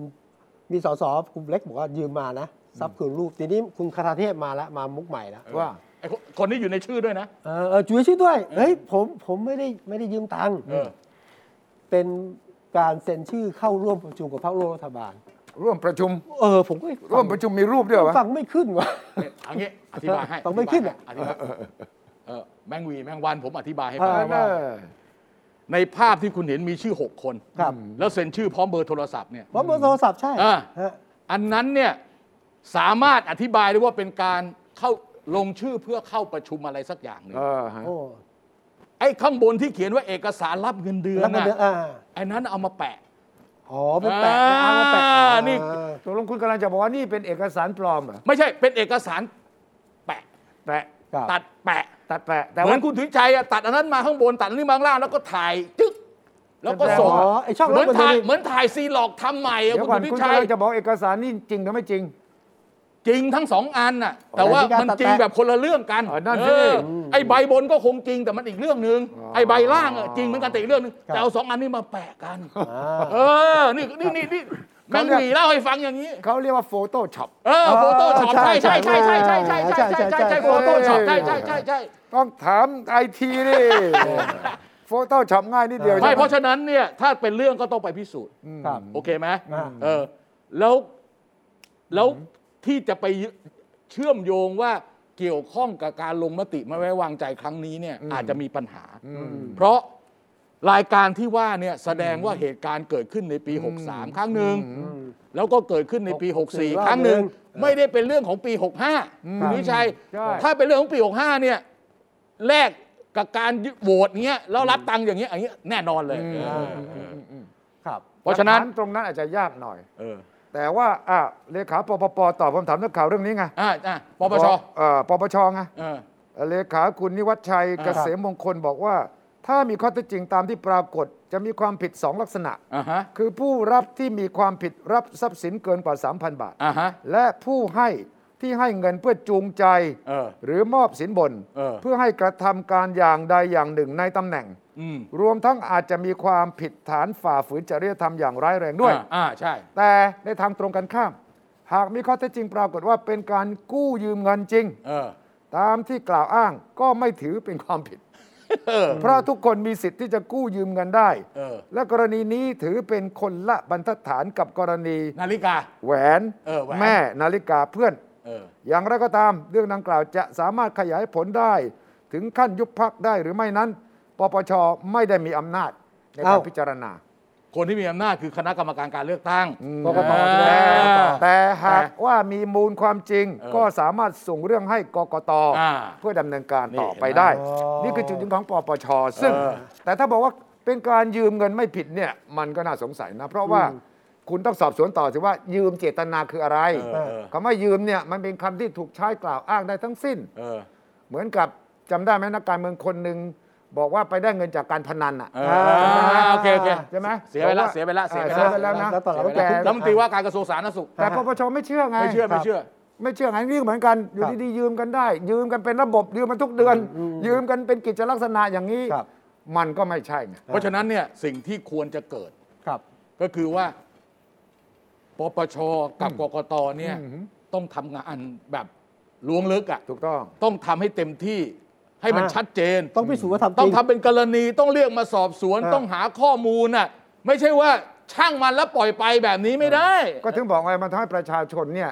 มีสสกลุ่มเล็กบอกว่ายืมมานะทรัพย์คืนรูปทีนี้คุณคาราเทพมาแล้วมามุกใหม่แล้ว ว่า ไอ้คนคนนี้อยู่ในชื่อด้วยนะ เออเออจุ๋ยชื่อด้วยเฮ้ยผมผมไม่ได้ไม่ได้ยืมตังค์ เออ เป็นการเซ็นชื่อเข้าร่วมประชุมกับพรรคร่วมรัฐบาล ร่วมประชุม เออ ผมก็ ร่วมประชุมมีรูปด้วยเหรอวะ ฟังไม่ขึ้นวะ เนี่ยเอางี้อธิบายให้ ต้องไม่ขึ้นอะ อธิบายให้เออแมงวีแมงวันผมอธิบายให้ เอ ฟัองเออ ในภาพที่คุณเห็นมีชื่อ 6 คน ครับ แล้วเซ็นชื่อพร้อมเบอร์โทรศัพท์เนี่ย เพราะเบอร์โทรศัพท์ใช่ เออ ฮะ อันนั้นเนี่ยสามารถอธิบายได้ว่าเป็นการเข้าลงชื่อเพื่อเข้าประชุมอะไรสักอย่างหนึ่ง เออฮะ โอ้ ไอ้ข้างบนที่เขียนว่าเอกสารรับเงินเดือน แล้วมัน น่ะ เดือนอ่า ไอ้นั้นเอามาแปะ อ๋อเป็นแปะนะเอามาแปะ อ่านี่ อ่า ตกลงคุณกำลังจะบอกว่านี่เป็นเอกสารปลอมเหรอ ไม่ใช่เป็นเอกสารแปะ แปะ ครับ ตัดแปะ ตัดแปะ แต่ เหมื ว่า อนคุณถึงชัยอะตัดอันนั้นมาข้างบนตัดอันนี้มาข้างล่างแล้วก็ถ่ายจึ๊กแล้วก็ส่ง อ๋อไอช่อง เหมือน รับ ถ่าย งิดื เหมือนถ่ายซีหลอกทำใหม่อะ เดี๋ยว คุณ ก่อน พิ คุณ ชั กำ ย ลังจะบอกเอกสารนี่จริงหรือไม่จริง จริงทั้งสองอันน่ะแต่ว่ามันจริงแบบคนละเรื่องกัน อ๋อนั่นสิ เออไอ้ใบบนก็คงจริงแต่มันอีกเรื่องหนึ่งไอ้ใบล่างอะจริงเหมือนกันแต่อีกเรื่องหนึงแต่เอาสองอันนี้มาแปะกัน อ่า เออนี่นี่นี่นี่แม เขา ง เรีหยกวีเล่าให้ฟังอย่างนี้ เขาเรียกว่าโฟโต้ช็อป เออโฟโต้ช็อป ใช่ ใช่ใช่ใช่ใช่ใช่ใช่ใช่ใช่ใช่ ใช่ ใช่โฟโต้ช็อปใช่ใช่ใช่ใช่ ต้องถามไอทีนี่โฟโต้ช็อปง่ายนิดเดียว ไม่ ใช่ห เพราะฉะนั้นเนี่ยถ้าเป็นเรื่องก็ต้องไปพิสูจน์ ครับ โอเคไหม อ่า เออ แล้ว แล้วที่จะไปเชื่อมโยงว่าเกี่ยวข้องกับการลงมติไม่ไว้วางใจครั้งนี้เนี่ยอาจจะมีปัญหา เพราะรายการที่ว่าเนี่ยแสดงว่าเหตุการณ์เกิดขึ้นในปี 63 ครั้งหนึ่ง แล้วก็เกิดขึ้นในปี 64 ครั้งหนึ่ง รอบหนึ่ง ไม่ได้เป็นเรื่องของปี 65คุณวิชัย ถ้าเป็นเรื่องของปี 65 เนี่ยแลกกับการโหวตเงี้ยแล้วรับตังค์อย่างเงี้ยอย่างเงี้ยแน่นอนเลยเออเออ ครับ เพราะฉะนั้น หลักฐตรงนั้นอาจจะยากหน่อย เออ แต่ว่าอ่ะเลขาปปปตอบคำถามนักข่าวเรื่องนี้ไง อ่าอ่าปปช เอ่อปปชไง เออ เลขาคุณนิวัฒชัย อ่า เกษมมงคลบอกว่า ถ้ามีข้อเท็จจริงตามที่ปรากฏ จะมีความผิดสองลักษณะ อ่าฮะ คือผู้รับที่มีความผิดรับทรัพย์สินเกินกว่า 3,000 บาท อ่าฮะ และผู้ให้ที่ให้เงินเพื่อจูงใจ เออ หรือมอบสินบน เออ เพื่อให้กระทำการอย่างใดอย่างหนึ่งในตำแหน่ง อืม รวมทั้งอาจจะมีความผิดฐานฝ่าฝืนจริยธรรมอย่างร้ายแรงด้วย อ่าอ่าใช่ แต่ในทางตรงกันข้าม หากมีข้อเท็จจริงปรากฏว่าเป็นการกู้ยืมเงินจริง เออ ตามที่กล่าวอ้างก็ไม่ถือเป็นความ ผิด เออ เพราะทุกคนมีสิทธิ์ที่จะกู้ยืมเงินได้ เออ และกรณีนี้ถือเป็นคนละบรรทัดฐานกับกรณี นาฬิกา แหวน เออแหวน แม่นาฬิกาเพื่อน เออ อย่างไรก็ตามเรื่องดังกล่าวจะสามารถขยายผลได้ ถึงขั้นยุบพักได้หรือไม่นั้น ปปชไม่ได้มีอำนาจในการ เอ้า พิจารณา คนที่มีอำนาจคือคณะกรรมการการเลือกตั้ง กกตใช่ไหม อ่า กกต แต่หากว่ามีมูลความจริง เออ ก็สามารถส่งเรื่องให้กกต อ่า เพื่อดำเนินการต่อ นี่เห็นไหม ไปได้ อ๋อ นี่คือจุดยืนของปปช ซึ่ง เออ แต่ถ้าบอกว่าเป็นการยืมเงินไม่ผิดเนี่ย มันก็น่าสงสัยนะ เพราะว่าคุณต้องสอบสวนต่อสิว่ายืมเจตนาคืออะไร เออ คำว่ายืมเนี่ยมันเป็นคำที่ถูกใช้กล่าวอ้างได้ทั้งสิ้น เออ เหมือนกับจำได้ไหมนักการเมืองคนหนึ่งบอกว่าไปได้เงินจากการพนันอ่ะ เอออ่าโอเคโอเค ใช่ไหม เสียไปละ บอกว่า เสียไปละเสียไป เออเสี ละ ยไปแล้วนะ แล้วตอนหลัง เสียไปละรัฐมนตรีว่าการกระทรวงสาธารณสุข แต่ปปชไม่เชื่อไง ไม่เชื่อไม่เชื่อ ไม่เชื่อไงนี่เหมือนกันอยู่ ครับ ดีๆยืมกันได้ ยืมกันเป็นระบบยืมกันทุกเดือน อืม ยืมกันเป็นกิจลักษณะอย่างนี้ ครับ มันก็ไม่ใช่ไง เพราะฉะนั้นเนี่ยสิ่งที่ควรจะเกิด ครับ ก็คือว่าปปชกับกกตเนี่ย อืม ต้องทำงานแบบล้วงลึกอ่ะ ถูกต้อง ต้องทำให้เต็มที่ให้มัน อ่า ชัดเจน ต้องพิสูจน์ว่าทำจ ต้อง ริง ทำเป็นกรณีต้องเรียกมาสอบสวน อ่า ต้องหาข้อมูลน่ะไม่ใช่ว่าช่างมันแล้วปล่อยไปแบบนี้ไม่ได้ ก็ถึงบอกไงมันทำให้ประชาชนเนี่ย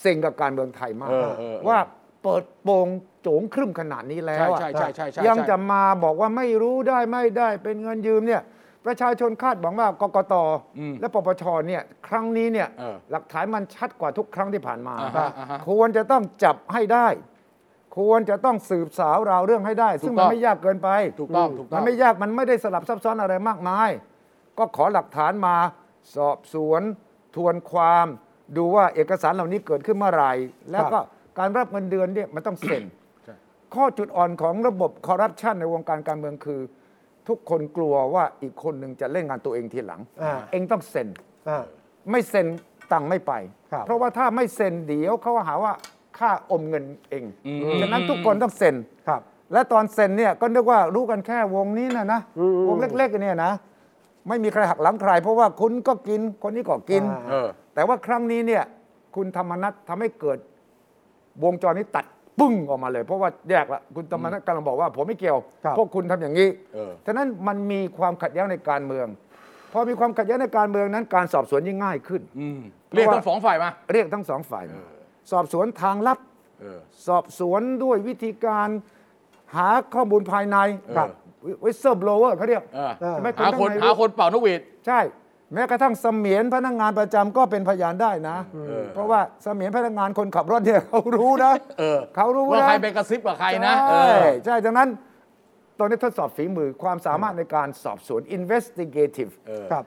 เซ็งกับการเมืองไทยมาก เออเออเออ ว่าเปิดโปงโจงครึ่มขนาดนี้แล้วอะ ใช่ใช่ใช่ใช่ใช่ ยังจะมาบอกว่าไม่รู้ได้ไม่ได้เป็นเงินยืมเนี่ยประชาชนคาดหวังว่ากกตและปปชเนี่ยครั้งนี้เนี่ย เออ หลักฐานมันชัดกว่าทุกครั้งที่ผ่านมา อ่าฮะอ่าฮะ ควรจะต้องจับให้ได้ ควรจะต้องสืบสาวราวเรื่องให้ได้ ถูก ซึ่งมัน ต้อง ไม่ยากเกินไป ถูกต้องถูกต้อง มันไม่ยากมันไม่ได้สลับซับซ้อนอะไรมากมาย ก็ขอหลักฐานมาสอบสวน ทวนความ ดูว่าเอกสารเหล่านี้เกิดขึ้นเมื่อไหร่ แล้วก็การรับเงินเดือนเนี่ยมันต้องเซ็น ข้อจุดอ่อนของระบบคอร์รัปชันในวงการการเมืองคือ ทุกคนกลัวว่าอีกคนหนึ่งจะเล่นงานตัวเองทีหลัง อ่า เองต้องเซ็น อ่า ไม่เซ็นตังค์ไม่ไป ครับ เพราะว่าถ้าไม่เซ็นเดี๋ยวเขาหาว่าค่าอมเงินเอง อืม ฉะนั้นทุกคนต้องเซ็น ครับ และตอนเซ็นเนี่ยก็นึกว่ารู้กันแค่วงนี้นะนะ อืม วงเล็กๆเนี่ยนะไม่มีใครหักหลังใคร เพราะว่าคุณก็กินคนนี้ก็กิน เออ แต่ว่าครั้งนี้เนี่ยคุณธรรมนัททำให้เกิดวงจรนี้ตัดปึ้งออกมาเลย เพราะว่าแยกละคุณธรรมนัทกำลังบอกว่า ผมไม่เกี่ยว ครับ พวกคุณทำอย่างนี้ เออ ฉะนั้นมันมีความขัดแย้งในการเมือง พอมีความขัดแย้งในการเมืองนั้น การสอบสวนยิ่งง่ายขึ้น อืมเรียกทั้งสองฝ่ายมา เรียกทั้งสองฝ่ายมาสอบสวนทางลับ เออ สอบสวนด้วยวิธีการหาข้อมูลภายใน เออ กับวิสเซอร์บลเวอร์เขาเรียก เออ เออ ใช่ไหม หาคน ข้งใ หาคนเป่านกหวีด ใช่ แม้กระทั่งเสมียนพนักงานประจำก็เป็นพยานได้นะ เออ เพราะว่าเสมียนพนักงานคนขับรถเนี่ยเขารู้นะ เออ เขารู้ ว่า นะ ใครไปกระซิบกับใครนะเอ ใช่ อ ใช่ดังนั้นตอนนี้ทดสอบฝีมือความสามารถในการสอบสวน investigative เออ ครับ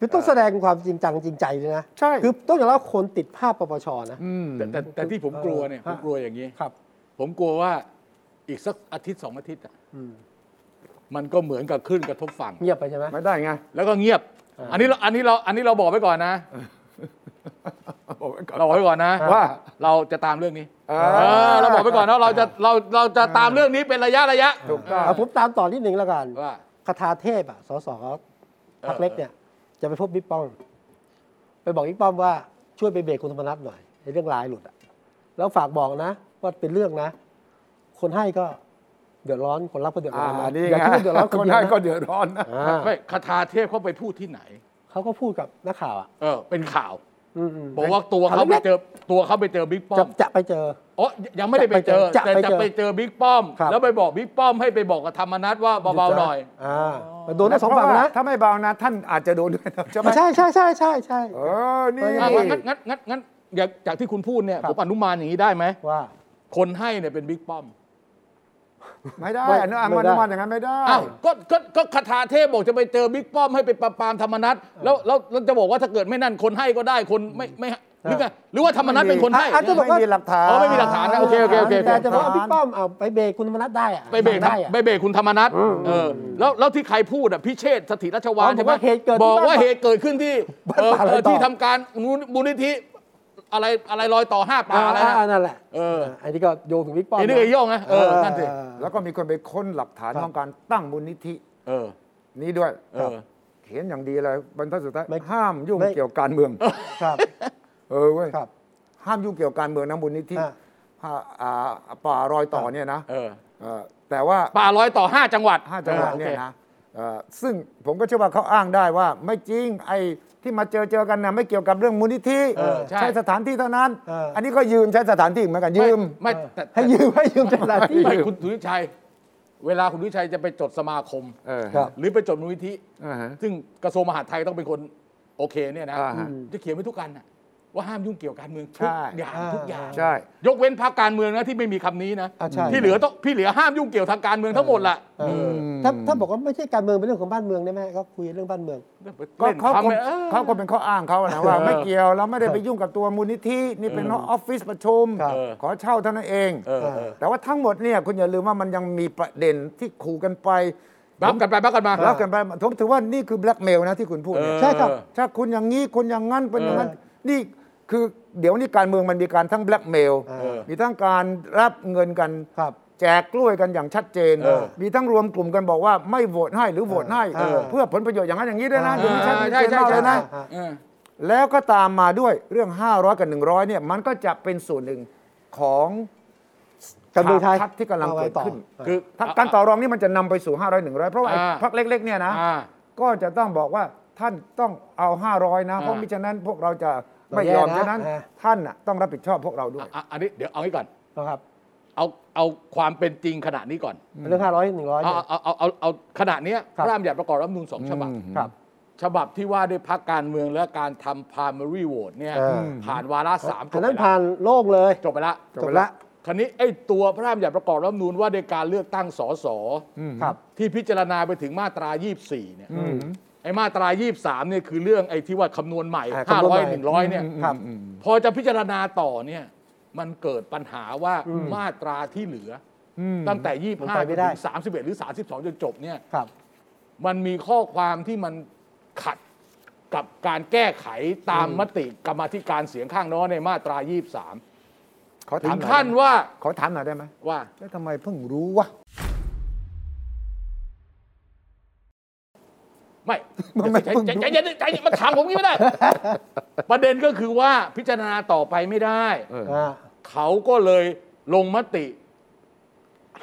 คือต้องแสดงความจริงจังจริงใจเลยนะ ใช่ คือต้องอย่างว่าคนติดภาพปปชนะ แต่แต่แต่ที่ผมกลัวเนี่ยผมกลัวอย่างนี้ ครับ ผมกลัวว่าอีกสักอาทิตย์สองอาทิตย์อ่ะมันก็เหมือนกับคลื่นกระทบฝั่ง เงียบไปใช่ไหม ไม่ได้ไง แล้วก็เงียบ อันนี้เราอันนี้เราอันนี้เราบอกไว้ก่อนนะ บอกไว้ก่อน เราบอกไว้ก่อนนะ ว่า เราจะตามเรื่องนี้ เอ เอ อ อ เราบอกไว้ก่อนนะเราจะเราเราจะตามเรื่องนี้เป็นระยะระยะ ถูกต้อง เอาผมตามต่อนิดหนึ่งแล้วกัน ว่า คาถาเทพอ่ะ สสพักเล็กเนี่ย จะไปพบบิ๊กป้อม ไปบอกบิ๊กป้อมว่าช่วยไปเบรกคุณธรรมนัฐหน่อยไอ้เรื่องลายหลุดอ่ะ แล้วฝากบอกนะ ว่าเป็นเรื่องนะ คนให้ก็เดือดร้อนคนรับก็เดือดร้ อ่า อนนะ นี่ อย่า ไง คิดว่าเดือดร้อน ค คน นเดีย ได้ ว ก็ นะ เดือดร้อนนะ อ่า ไม่คาถาเทพเขาไปพูดที่ไหน เขาก็พูดกับนักข่าวอ่ะ เออ เป็นข่าว อืมอืม บอกว่าตัว ข่าว เขาไป เล็ก เจอตัวเขาไปเจอบิ๊กป้อ จะ ม จะไปเจอ อ๋อยังไม่ได้ไปเจอ จะ แต่ ไปเจอ จะไปเจอบิ๊กป้อม ครับ แล้วไปบอกบิ๊กป้อมให้ไปบอกกับธรรมนัฐว่าเบาๆหน่อย อ่าแต่โดนทั้งสองฝั่งนะ ถ้าไม่เบานะ ท่านอาจจะโดนด้วยนะใช่ไหม ใช่ใช่ใช่ใช่ใช่ เออ นี่ อ่ะ อ่ะงั้นงั้นงั้นงั้นอย่างจากที่คุณพูดเนี่ยผมอนุมานอย่างนี้ได้ไหม ว่า คนให้เนี่ยเป็นบิ๊กป้อม ไม่ได้ ไม่ อนุอ ไม่ นุ ได้ มานอย่างนั้นไม่ได้ อ้าวก็ก็ก็คาถาเทพบอกจะไปเจอบิ๊กป้อมให้ไปปราบปรามธรรมนัตแล้วแล้วแล้วจะบอกว่าถ้าเกิดไม่นั่นคนให้ก็ได้คนไม่ไม่ให้หรือไงหรือว่าธรรมนัตเป็นคนให้ อ่ะจะบอกว่า ไม่มีหลักฐาน อ๋อไม่มีหลักฐานนะโอเคโอเคโอเคโอเค แต่จะบอกว่าบิ๊กป้อมเอาไปเบรกคุณธรรมนัฐได้อ่ะ ไปเบรก ได้อ่ะ ไปเบรกคุณธรรมนัตเออแล้วแล้วที่ใครพูดอ่ะพิเชษฐ์สถิตรัชวาน อ๋อ ใช่ไหบมอกว่าเหตุเกิดที่ บอกว่า บ้าน เหตุเกิดขึ้นที่ บ้าน เอ่อ ป่าลอยต่อ เอ่อที่ทำการมูลนิธิอะไรอะไรลอยต่อห้าป่าอะไรนะ อ่นั่นแหละ เออ นนี้ก็โยงถึงบิ๊กป้อม ไอ้นี่ก็ย่องนะเออนั่นสิ เออ แล้วก็มีคนไปค้นหลักฐาน ครับ ของการตั้งมูลนิธิ เออ นี้ด้วย เออ ครับเขียนอย่างดีเลยบรรทัดสุดท้าย ไม่ ห้ามยุ่ง ไม่ เกี่ยวการเมือง ครับ เออเว้ย ครับ ห้ามยุ่งเกี่ยวกับการเมืองนะบุญนิธิ อ่า อ่าอ่าป่ารอยต่อเนี่ยนะ เออ เออแต่ว่า ป่าร้อยต่อห้าจังหวัด ห้าจังหวัด ออโอ เนี่ ค ยนะเอ่อซึ่งผมก็เชื่อว่าเขาอ้างได้ว่า ไม่จริงไอ้ที่มาเจอเจอกันนะไม่เกี่ยวกับเรื่องมูลนิธิ เออใช่ ใช้สถานที่เท่านั้น เอออั อันนี้ก็ยืมใช้สถานที่เหมือนกันยืม ไม่ไม่แต่แต่ ให้ยืม ให้ยืมจากสถานที่ ไม่คุณธุวิชัย เวลาคุณธุวิชัยจะไปจดสมาคม เออ ครับ หรือไปจดมูลนิธิ อ่าฮะ ซึ่งกระทรวงมหาดไทยต้องเป็นคนโอเคเนี่ยนะ อ่าฮะ จะเขียนไว้ทุกกันน่ะว่าห้ามยุ่งเกี่ยวกับการเมืองทุ ใช่ กอย่าง อ่า ทุกอย่าง ใช่ ยกเว้นพรรคการเมืองนะที่ไม่มีคำนี้นะ อ่าใช่ ที่เหลือต้องพี่เหลือห้ามยุ่งเกี่ยวทางการเมืองทั้งหมดล่ะ เออถ้าถ้าบอกว่าไม่ใช่การเมืองเป็นเรื่องของบ้านเมืองได้ไหมก็คุยเรื่องบ้านเมือง ก็ ล่น เขา คำ คง นี่ยออ เขาคงเป็นข้ออ้างเขาอะนะว่า เออ ไม่เกี่ยวเราไม่ได้ไปยุ่งกับตัวมูลนิธินี่เป็นออฟฟิศประชุม ครับ เออ ขอเช่าเท่านั้นเอง เออเออ แต่ว่าทั้งหมดเนี่ยคุณอย่าลืมว่ามันยังมีประเด็นที่ขู่กันไป บัฟกันไปบัฟกันมา รับกันไปผมถือว่านี่คือแบล็กเมลนะที่คุณพูดเนี่ย ใช่ครับ ถ้าคุณอย่างนี้คุณอย่างนั้นเป็นอย่างนั้น เอ นี่คือเดี๋ยวนี้การเมืองมันมีการทั้งแบล็กเมล เออ มีทั้งการรับเงินกัน ครับ แจกกล้วยกันอย่างชัดเจน เออ มีทั้งรวมกลุ่มกันบอกว่าไม่โหวตให้หรือโหวตให้ เออ เพื่อผลประโยชน์อย่างนั้นอย่างนี้ด้วยนะ เออ เดี๋ยวนี้ชัดเจ ใช่ น ใช่ มาก ใช่ เลย นะ นะ เออ แล้วก็ตามมาด้วยเรื่อง 500 กับ 100เนี่ยมันก็จะเป็นส่วนหนึ่งของ การเมืองไทย ฉากทัศน์ที่กำลังเกิดขึ้น คือ ถ้าการต่อรองนี่มันจะนำไปสู่ 500 100 เพราะว่าไอ้ อ่า พรรคเล็กๆเนี่ยนะ อ่า ก็จะต้องบอกว่าท่านต้องเอา 500 นะ อ่า เพราะมิฉะนั้นพวกเราจะไม่ยอม เราแย่นะ ฉะนั้น อ่า ท่านน่ะต้องรับผิดชอบพวกเราด้วย อ่ะอันนี้เดี๋ยวเอาให้ก่อน นะครับ เอาเอาความเป็นจริงขณะนี้ก่อน เรื่องห้าร้อยหนึ่งร้อย เอาเอาเอาเอาเอาขณะเนี้ย ครับ ร่างใหญ่ประกอบรัฐธรรมนูญสองฉบับ อืม ครับ ฉบับที่ว่าด้วยพักการเมืองและการทำ primary vote เนี่ย เออ ผ่านวาระสามจ อัน บไป นั้น แล้ว ผ่านโลกเลย จบไปแล้ว จบไปแล้ว คันนี้ไอ้ตัวพระราชบัญญัติประกอบรัฐธรรมนูญว่าด้วยการเลือกตั้งสส ครับ ที่พิจารณาไปถึงมาตรา 24 เนี่ยไอ้มาตรา 23 เนี่ยคือเรื่องไอ้ที่ว่าคำนวณใหม่ อ่าคำนวณใหม่ 500 100 เนี่ย ครับ พอจะพิจารณาต่อเนี่ยมันเกิดปัญหาว่ามาตราที่เหลืออตั้งแต่ มันไป 25จ ไม่ น ได้ ถึง31 หรือ 32 จนจบเนี่ย ครับ มันมีข้อความที่มันขัดกับการแก้ไขตามมติกรรมาธิการเสียงข้างน้อยในมาตรา 23 ขอ ถึ ถางมหน่อย ขั้นว่า ขอถามหน่อยได้ไหม ว่า แล้วทำไมเพิ่งรู้วะ ไม่ มันไม่ ใจ เพิ่ง ใจ รู้ ใจใจใจมันถามผมงี้ไม่ได้ ประเด็นก็คือว่าพิจารณาต่อไปไม่ได้ อ่า เขาก็เลยลงมติ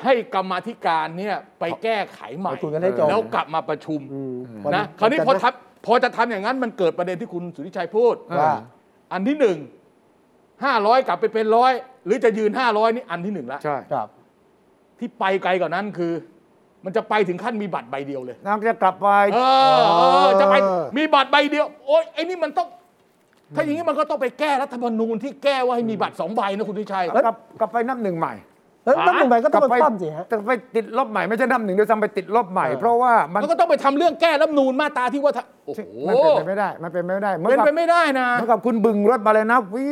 ให้กรรมาธิการเนี่ยไปแก้ไขใหม่ เอาคุยกันให้จบ แล้วกลับมาประชุม อืม นะคราวนี้พอ วั ทับพอจะทำอย่างนั้นมันเกิดประเด็นที่คุณสุทธิชัยพูด ว่า อันที่หนึ่งห้าร้อยกลับไปเป็นร้อยหรือจะยืนห้าร้อยนี่อันที่หนึ่งละ ใช่ ครับ ที่ไปไกลกว่านั้นคือ มันจะไปถึงขั้นมีบัตรใบเดียวเลย นางจะกลับไป เออเออจะไป เออ มีบัตรใบเดียว โอ๊ยไอ้นี่มันต้อง ถ้าอย่างนี้มันก็ต้องไปแก้รัฐธรรมนูญที่แก้ว่าให้มีบัตรสองใบนะคุณทิชัย กลับกลับไปนับหนึ่งใหม่ แล้วต้องลงไปก็ต้อง ลับ ไปปั้มสิฮะ แต่ไปติดลบใหม่ไม่ใช่นับหนึ่งเดี๋ยวซ้ำไปติดลบใหม่ เออ เพราะว่ามัน แล้วก็ต้องไปทำเรื่องแก้รัฐธรรมนูญมาตราที่ว่าถ้าโอ้โห มันเป็นไปไม่ได้มันเป็นไปไม่ได้เหมือน เป็น กับ ไปไม่ได้นะ เหมือนกับคุณบึงรถมาเลยนะวี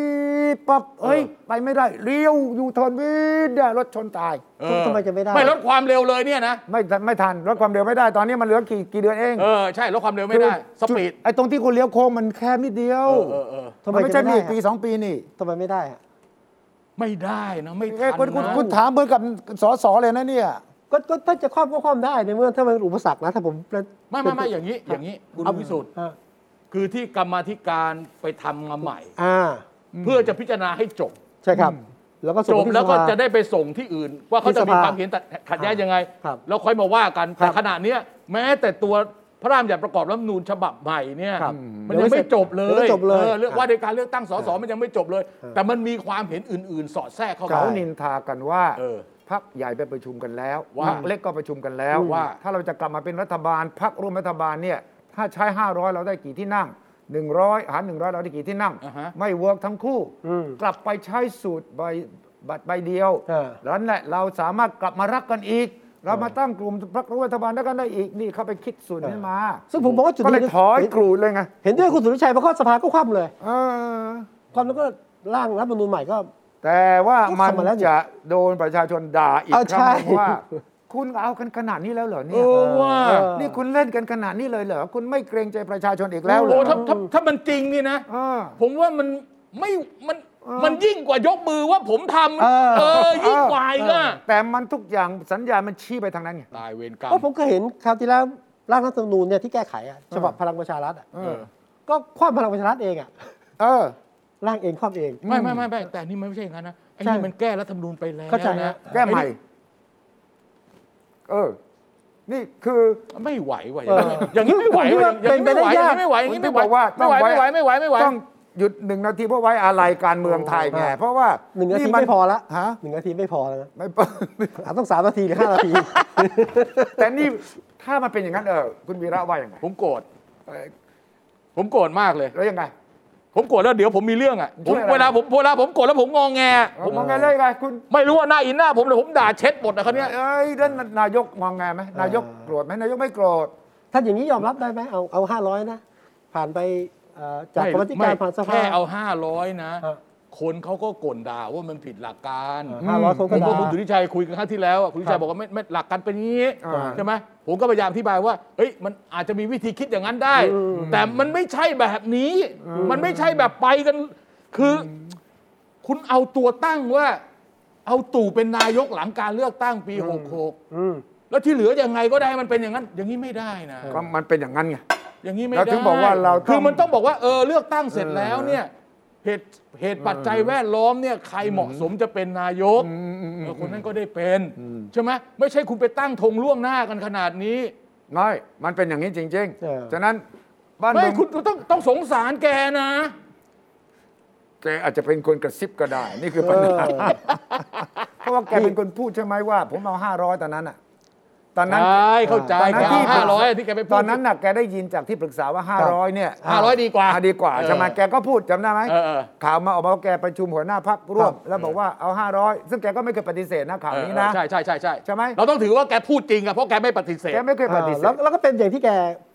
บปั๊บเฮ้ยไปไม่ได้เลี้ยวยูเทิร์นวีดได้รถชนตาย เออ ทำไมจะไม่ได้ ไม่ลดความเร็วเลยเนี่ยนะ ไม่ทันไม่ทันลดความเร็วไม่ได้ตอนนี้มันเหลือกี่กี่เดือนเอง เออใช่ลดความเร็วไม่ได้ ส คือจุ ปีด ไอ้ตรงที่คุณเลี้ยวโค้งมันแคบนิดเดียว เออเออเออ ทำไม มันไม่ จะ ใช่มี ไม่ อีก ได้ ปี ฮะ สองปีนี่ ทำไมไม่ได้ฮะ ไม่ได้นะไม่ทั เอ้ย น คุณคุณ นะ คุณถามเหมือนกับสสเลยนะเนี่ย ก็ก็ถ้าจะครอบก็ครอบได้ในเมื่อถ้ามันอุปสรรคนะถ้าผม ไม่ไม่ไม่อย่างนี้อย่างนี้คุณวิสุทธิ์ อ่า คือที่กรรมาธิการไปทำมาใหม่ อ่า เพื่อจะพิจารณาให้จบ ใช่ครับ แล้วก็ส่ง จบ ที่ แล้วก็ สภา จะได้ไปส่งที่อื่น ว่าเขาจะมี ที่สภา ความเห็นแต่ขัดแย้งยังไง ครับ แล้วค่อยมาว่ากัน แต่ ครับ ขณะเนี้ยแม้แต่ตัวพระรามอยากประกอบรัฐธรรมนูญฉบับใหม่เนี่ย ครับ มันยังไม่จบเล เดี๋ยวไม่ ย จบเลย ออเรื่อง ครับ ว่าในการเลือกตั้งสสมันยังไม่จบเลย แต่มันมีความเห็นอื่น ๆ สอดแทรกเข้า เขา มา นินทากันว่า เออ พักใหญ่ไปประชุมกันแล้ว ว่า พักเล็กก็ประชุมกันแล้ว อืมว่า ถ้าเราจะกลับมาเป็นรัฐบาลพักร่วมรัฐบาลเนี่ยถ้าใช้ 500 เราได้กี่ที่นั่ง 100 หาร 100 เราได้กี่ที่นั่ง อ่าฮะ ไม่เวิร์กทั้งคู่ อืม กลับไปใช้สูตรใบบัตรใบเดียว เออ แล้วนั่นแหละเราสามารถกลับมารักกันอีก เรามาตั้งกลุ่มพักร่วมรัฐบาลด้วยกันได้อีกนี่เขาไปคิดสูตรนี้มา ซึ่งผมบอกว่าจุด ก็เล นี้ ยถอยกรูดเลยไง เห็นด้วยคุณสุรชัยเพราะเข้อสภาก็คว่ำเลย เออ คว่ำแล้วก็ร่างรัฐธรรมนูญใหม่ก็ แต่ว่ามัน ก็ทำมาแล้วนี่ จะโดนประชาชนด่าอีก เออ ครั้งหนึ่ง ใช่ ว่า คุณเอากันขนาดนี้แล้วเหรอ เอ เนี่ย อว่า เออ นี่คุณเล่นกันขนาดนี้เลยเหรอคุณไม่เกรงใจประชาชนอีกแล้วเหร โอ้ อ ถ้าถ้าถ้ามันจริงนี่นะ เออ ผมว่ามันไม่มันมันยิ่งกว่ายกมือว่าผมทำ เออ เออยิ่งกว่าอีกอะ แต่มันทุกอย่างสัญญาณมันชี้ไปทางนั้นไง ตายเวรกรรม ก็ผมก็เห็นคราวที่แล้วร่างรัฐธรรมนูญเนี่ยที่แก้ไขอะฉบับพลังประชารัฐอะ เออ ก็คว่ำพลังประชารัฐเองอะ เออ ร่างเองครอบเอง ไม่ไม่ไม่ไม่แต่นี่มันไม่ใช่อย่างนั้นนะไอ้ ใช่ นี่มันแก้รัฐธรรมนูญไปแล้ว เข้าใจ นะ ฮะ แก้ใหม่ ไอ้ เออ นี่คือ นี่ไม่ไหวว่ะ เออ อย่างนี้ไม่ไหว ผมคิด ว่ะ ว่า อย่างเป็นนี้ไม่ไหวไปได้ยาก อย่างนี้ไม่ไหวอย่างนี้ไม่ไหว ผมถึงบอกว่า ไม่ไหวไม่ไหวไม่ไหวไม่ไหว ต้องหยุดหนึ่งนาทีเพื่อไว้อาลัยการเมืองไทยไงเพราะว่า หนึ่งนาที มั ไม่พอละ ฮะ หนึ่งนาทีไม่พอแล้วนะ ไม่พอ อาจต้องสามนาทีหรือห้านาที แต่นี่ถ้ามันเป็นอย่างนั้นเออคุณวีระว่าอย่างไง ผมโกรธ เออ ผมโกรธมากเลย แล้วยังไง ผมโกรธแล้วเดี๋ยวผมมีเรื่องอ่ะผม ช่วยอะไร เวลาผมเวลาผมโกรธแล้วผมงองแง ผ ผม มมองไงเลยไงคุณ ไม่รู้ว่าหน้าอินหน้าผมเลยผมด่าเช็ดหมดนะคนเนี้ย เอ้ยท่านนายกมองไงไหมนายกโกรธไหมนายกไม่โกรธ ท่านอย่างนี้ยอมรับได้ไหมเอาเอาห้าร้อยนะ ผ่านไปเอ่อจากกรรมธิการผ่านสภา แค่เอาห้าร้อยนะ เออ คนเขาก็ก่นด่าว่ามันผิดหลักการ ห้าร้อยค ผ นก็ ม ได้ ก็คุณสุทธิชัยคุยกันครั้งที่แล้วอะคุณสุทธิชัยบอกว่าไม่ไม่หลักการเป็นอย่างนี้ อ่า ใช่ไหมผมก็พยายามอธิบายว่าเอ้ยมันอาจจะมีวิธีคิดอย่างนั้นได้ แต่มันไม่ใช่แบบนี้ มันไม่ใช่แบบไปกัน คืออคุณเอาตัวตั้งว่า เอาตู่เป็นนายกหลังการเลือกตั้งปีหกหก อืม แล้วที่เหลือยังไงก็ได้มันเป็นอย่างนั้น อย่างนี้ไม่ได้นะ ก็มันเป็นอย่างนั้นไง อย่างนี้ไม่ เรา ได้ ถึงบอกว่าเราต้อง คือมันต้องบอกว่าเออเลือกตั้งเสร็จแล้วเนี่ยเหตุเหตุปัจจัยแวดล้อมเนี่ยใครเหมาะสมจะเป็นนายกเออคนนั้นก็ได้เป็นใช่ไหมไม่ใช่คุณไปตั้งธงล่วงหน้ากันขนาดนี้ น้อยมันเป็นอย่างนี้จริง เออ ๆ ฉะนั้นบ้าน ไม่ เมือง คุณต้องต้องสงสารแกนะ แกอาจจะเป็นคนกระซิบก็ได้ นี่คือปัญหาเพราะว่าแกเป็นคนพูดใช่ไหมว่า ผมเอาห้าร้อยตอนนั้นอ่ะตอนนั้น ใช่เข้าใจ ตอนนั้แกนเอา ที่ 500ที่แกไปพูด ตอนนั้นน่ะแกได้ยินจากที่ปรึกษาว่าห้าร้อยเนี่ย ห้าร้อยดีกว่า อ่ดีกว่า เออ ใช่ไหมแกก็พูดจำได้ไหม เออเออ ข่าวมาออกมาว่าแกประชุมหัวหน้าพักร่วม ครับ แล้วบอกว่าเอาห้าร้อยซึ่งแกก็ไม่เคยปฏิเสธนะข่าวนี้นะ เออใช่ใช่ใช่ใช่ ใช่ไหม เราต้องถือว่าแกพูดจริงอะเพราะแกไม่ปฏิเสธ แกไม่เคยปฏิเส แล้ ธ วแล้วก็เป็นอย่างที่แก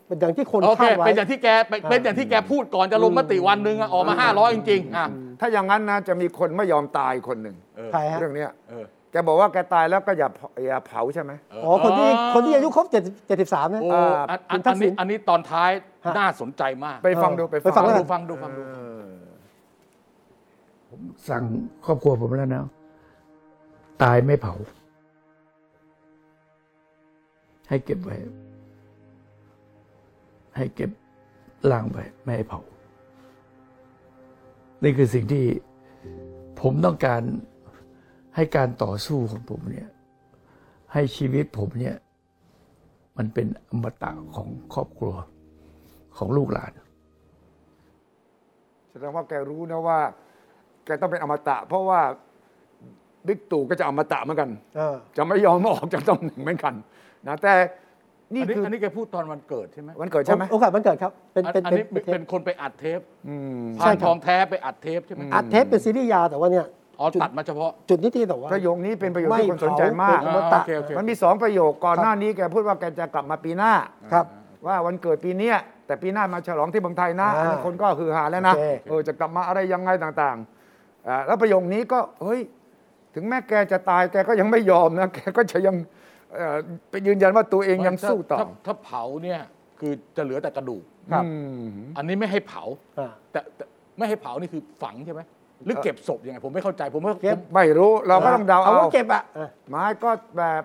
เป็นอย่างที่คน โอเค คาดไว้ เป็นอย่างที่แกเป็นเป็นอย่างที่แกพูดก่อนจะลงมติวันหนึ่งอะออกมาห้าร้อยจริงๆอ่ะ ถ้าอย่างนั้นนะจะมีคนไม่ยอมตายคนหนึ่ง เออ ใครฮะ เรื่องเนี้ย เออ แกบอกว่าแกตายแล้วก็อย่าเผาอย่าเผาใช่ไหม อ๋อคนที่คนที่อายุครบ7 73นะ โอ้ เอ่อ อันอั คุ น ณทั อั ก น ษิ นี้ ณ อันนี้ตอนท้าย ฮะ น่าสนใจมาก ไปฟังดู เออ ไป ไปฟั ฟัง ง ดู ดูฟังดูฟังดู สั่งครอบครัวผมแล้วนะ ตายไม่เผา ให้เก็บไว้ ให้เก็บล่างไว้ไม่ให้เผา นี่คือสิ่งที่ผมต้องการให้การต่อสู้ของผมเนี่ย ให้ชีวิตผมเนี่ย มันเป็นอมตะของครอบครัวของลูกหลาน แสดงว่าแกรู้นะว่า แกต้องเป็นอมตะ เพราะว่าบิ๊กตู่ก็จะอมตะเหมือนกัน เออ จะไม่ยอมออกจากตำแหน่งเหมือนกันนะแต่นี่ อันนี้ คือ อันนี้แกพูดตอนวันเกิดใช่ไหม วันเกิดใช่ไหม โอกาสมันเกิดครับ เป็น อัน เป็น อัน เป็น นี้ เป็นเท เป็ ป นคนไปอัดเทป อืม ใช่ ผ่าน ครับ ทองแท้ไปอัดเทปใช่ไหม อัดเทปเป็นซีรีส์ยาวแต่ว่าเนี่ย อ๋อตัดมาเฉพาะ จุดนี้ที่แต่ว่า ประโยคนี้เป็นประโยค ไม่ ที่คนสนใจมาก เผเป็นอมตะ โอเคโอเค มันมีสองประโยคก่อนหน้านี้แกพูดว่าแกจะกลับมาปีหน้า ครับ ว่าวันเกิดปีเนี้ยแต่ปีหน้ามาฉลองที่เมืองไทยนะ อ่า อันนี้คนก็ฮือฮาแล้วนะ โอเค เออจะกลับมาอะไรยังไงต่างๆอ่าแล้วประโยคนี้ก็เฮ้ยถึงแม้แกจะตายแกก็ยังไม่ยอมนะแก ก็จะยังเอ่อไปยืนยันว่าตัวเองยังสู้ต่อ ถ้าถ้าถ้าเผาเนี่ยคือจะเหลือแต่กระดูก ครับ อืม อันนี้ไม่ให้เผา อ่า แต่แต่ไม่ให้เผานี่คือฝังใช่ไหมหรือเก็บศพยังไงผมไม่เข้าใจผมว่า เก็บ ไม่รู้เราก็ต้องเดา เอา เอา ว่าเก็บอ่ะอ่ะ หมายก็แบบ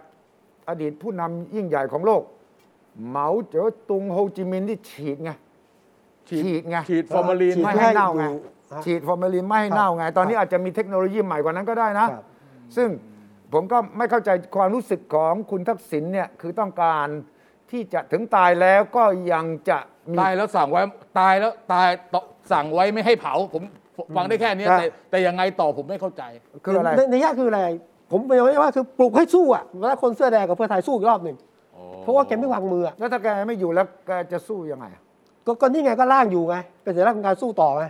อดีตผู้นำยิ่งใหญ่ของโลก เหมาเจ๋อตุงโฮจิมินห์ที่ฉีดไง ฉีดไง ฉีดฟอร์มาลีน ฉีด ไม่ ไม่ ให้เน่าไง ให้อยู่ฮะ ฉีดฟอร์มาลินไม่ให้เน่าไง ตอนนี้อาจจะมีเทคโนโลยีใหม่กว่านั้นก็ได้นะ ครับ ซึ่งผมก็ไม่เข้าใจความรู้สึกของคุณทักษิณเนี่ยคือต้องการที่จะถึงตายแล้วก็ยังจะมี ตายแล้วสั่งไว้ตายแล้วตายต่อสั่งไว้ไม่ให้เผา ผมฟังได้แค่เนี้ย ใช่ แต่แต่ยังไงต่อผมไม่เข้าใจ คืออะไร ในในแง่คืออะไร ผมไม่ได้ว่าคือปลุกให้สู้อ่ะแล้วคนเสื้อแดงกับเพื่อไทยสู้อีกรอบหนึ่งเพราะว่าแกไม่วางมืออะ แล้วถ้าแกไม่อยู่แล้วแกจะสู้ยังไงอะ ก็ก็นี่ไงก็ล่างอยู่ไงเป็นสัญลักษณ์ของการสู้ต่อไง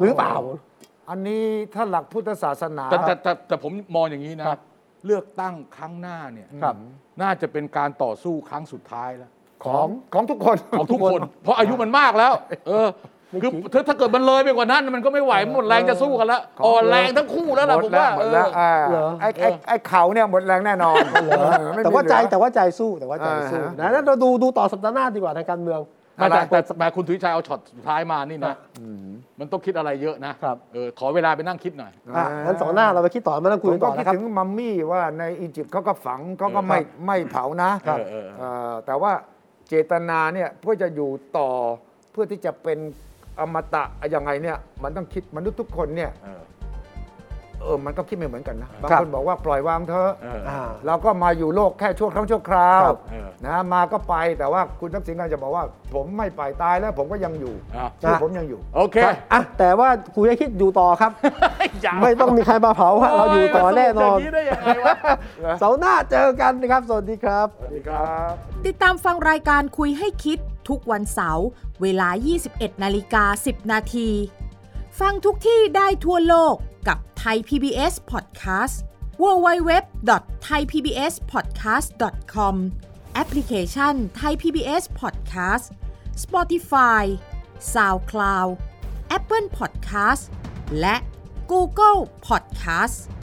หรือเปล่า อันนี้ถ้าหลักพุทธศาสนา แต่แต่แต่แต่ผมมองอย่างนี้นะ เลือกตั้งครั้งหน้าเนี่ย ครับ น่าจะเป็นการต่อสู้ครั้งสุดท้ายแล้ว ของของทุกคน ของทุกคน เพราะอายุมันมากแล้ว เออ คือถ้าถ้าเกิดมันเลยไปกว่านั้น มันก็ไม่ไหวหมดแรงจะสู้กันแล้ว ของ อ่อนแรงทั้งคู่แล้วล่ะผมว่า หมดแล้ว เออ อ่า เหรอ ไอ้ไอ้ไอ้เขาเนี่ยหมดแรงแน่นอนไม่มี แต่ว่าใจ เหลือ แต่ว่าใจสู้แต่ว่าใจสู้ อ่าฮะ นะนั้นเราดูดูต่อสัปดาห์หน้าดีกว่าทางการเมือง แต่แต่แต่แต่คุณถุยชัยเอาช็อตสุดท้ายมานี่นะมันต้องคิดอะไรเยอะนะครับ เออขอเวลาไปนั่งคิดหน่อย อ่ะงั้นสองหน้าเราไปคิดต่อมาแล้ว ผ คุย ม กันต่ก็อ คิด นะครับ ถึงมัมมี่ว่าในอียิปต์เขาก็ฝังเขาก็ไม่ไม่เผานะครับ เออเออ เอ่อแต่ว่าเจตนาเนี่ยเพื่อจะอยู่ต่อเพื่อที่จะเป็น อมตะยังไงเนี่ยมันต้องคิดมนุษย์ทุกคนเนี่ยเออมันก็คิดไม่เหมือนกันนะบาง ครับ คนบอกว่าปล่อยวางเถอะ เออ อ่า เราก็มาอยู่โลกแค่ชั่วครั้งชั่วคราว ครับ เออ นะมาก็ไปแต่ว่าคุณทักษิณก็จะบอกว่า ผมไม่ไปตายแล้วผมก็ยังอยู่ อ่ะ ชื่อผมยังอยู่ โอเค ครับอ่ะแต่ว่าคุยให้คิดอยู่ต่อครับ ย่า ไม่ต้องมีใครมาเผาฮะเราอยู่ต่อแน่นอน โยมาสรุปย่างนี้ได้ยังไงวะ เสาร์หน้าเจอกันนะครับ สวัสดีครับ ติดตามฟังรายการคุยให้คิดทุกวันเสาร์เวลา 21 นาฬิกา 10 นาที ฟังทุกที่ได้ทั่วโลกกับไทย PBS Podcast www.thaipbspodcast.com แอปพลิเคชัน Thai PBS Podcast Spotify SoundCloud Apple Podcast และ Google Podcast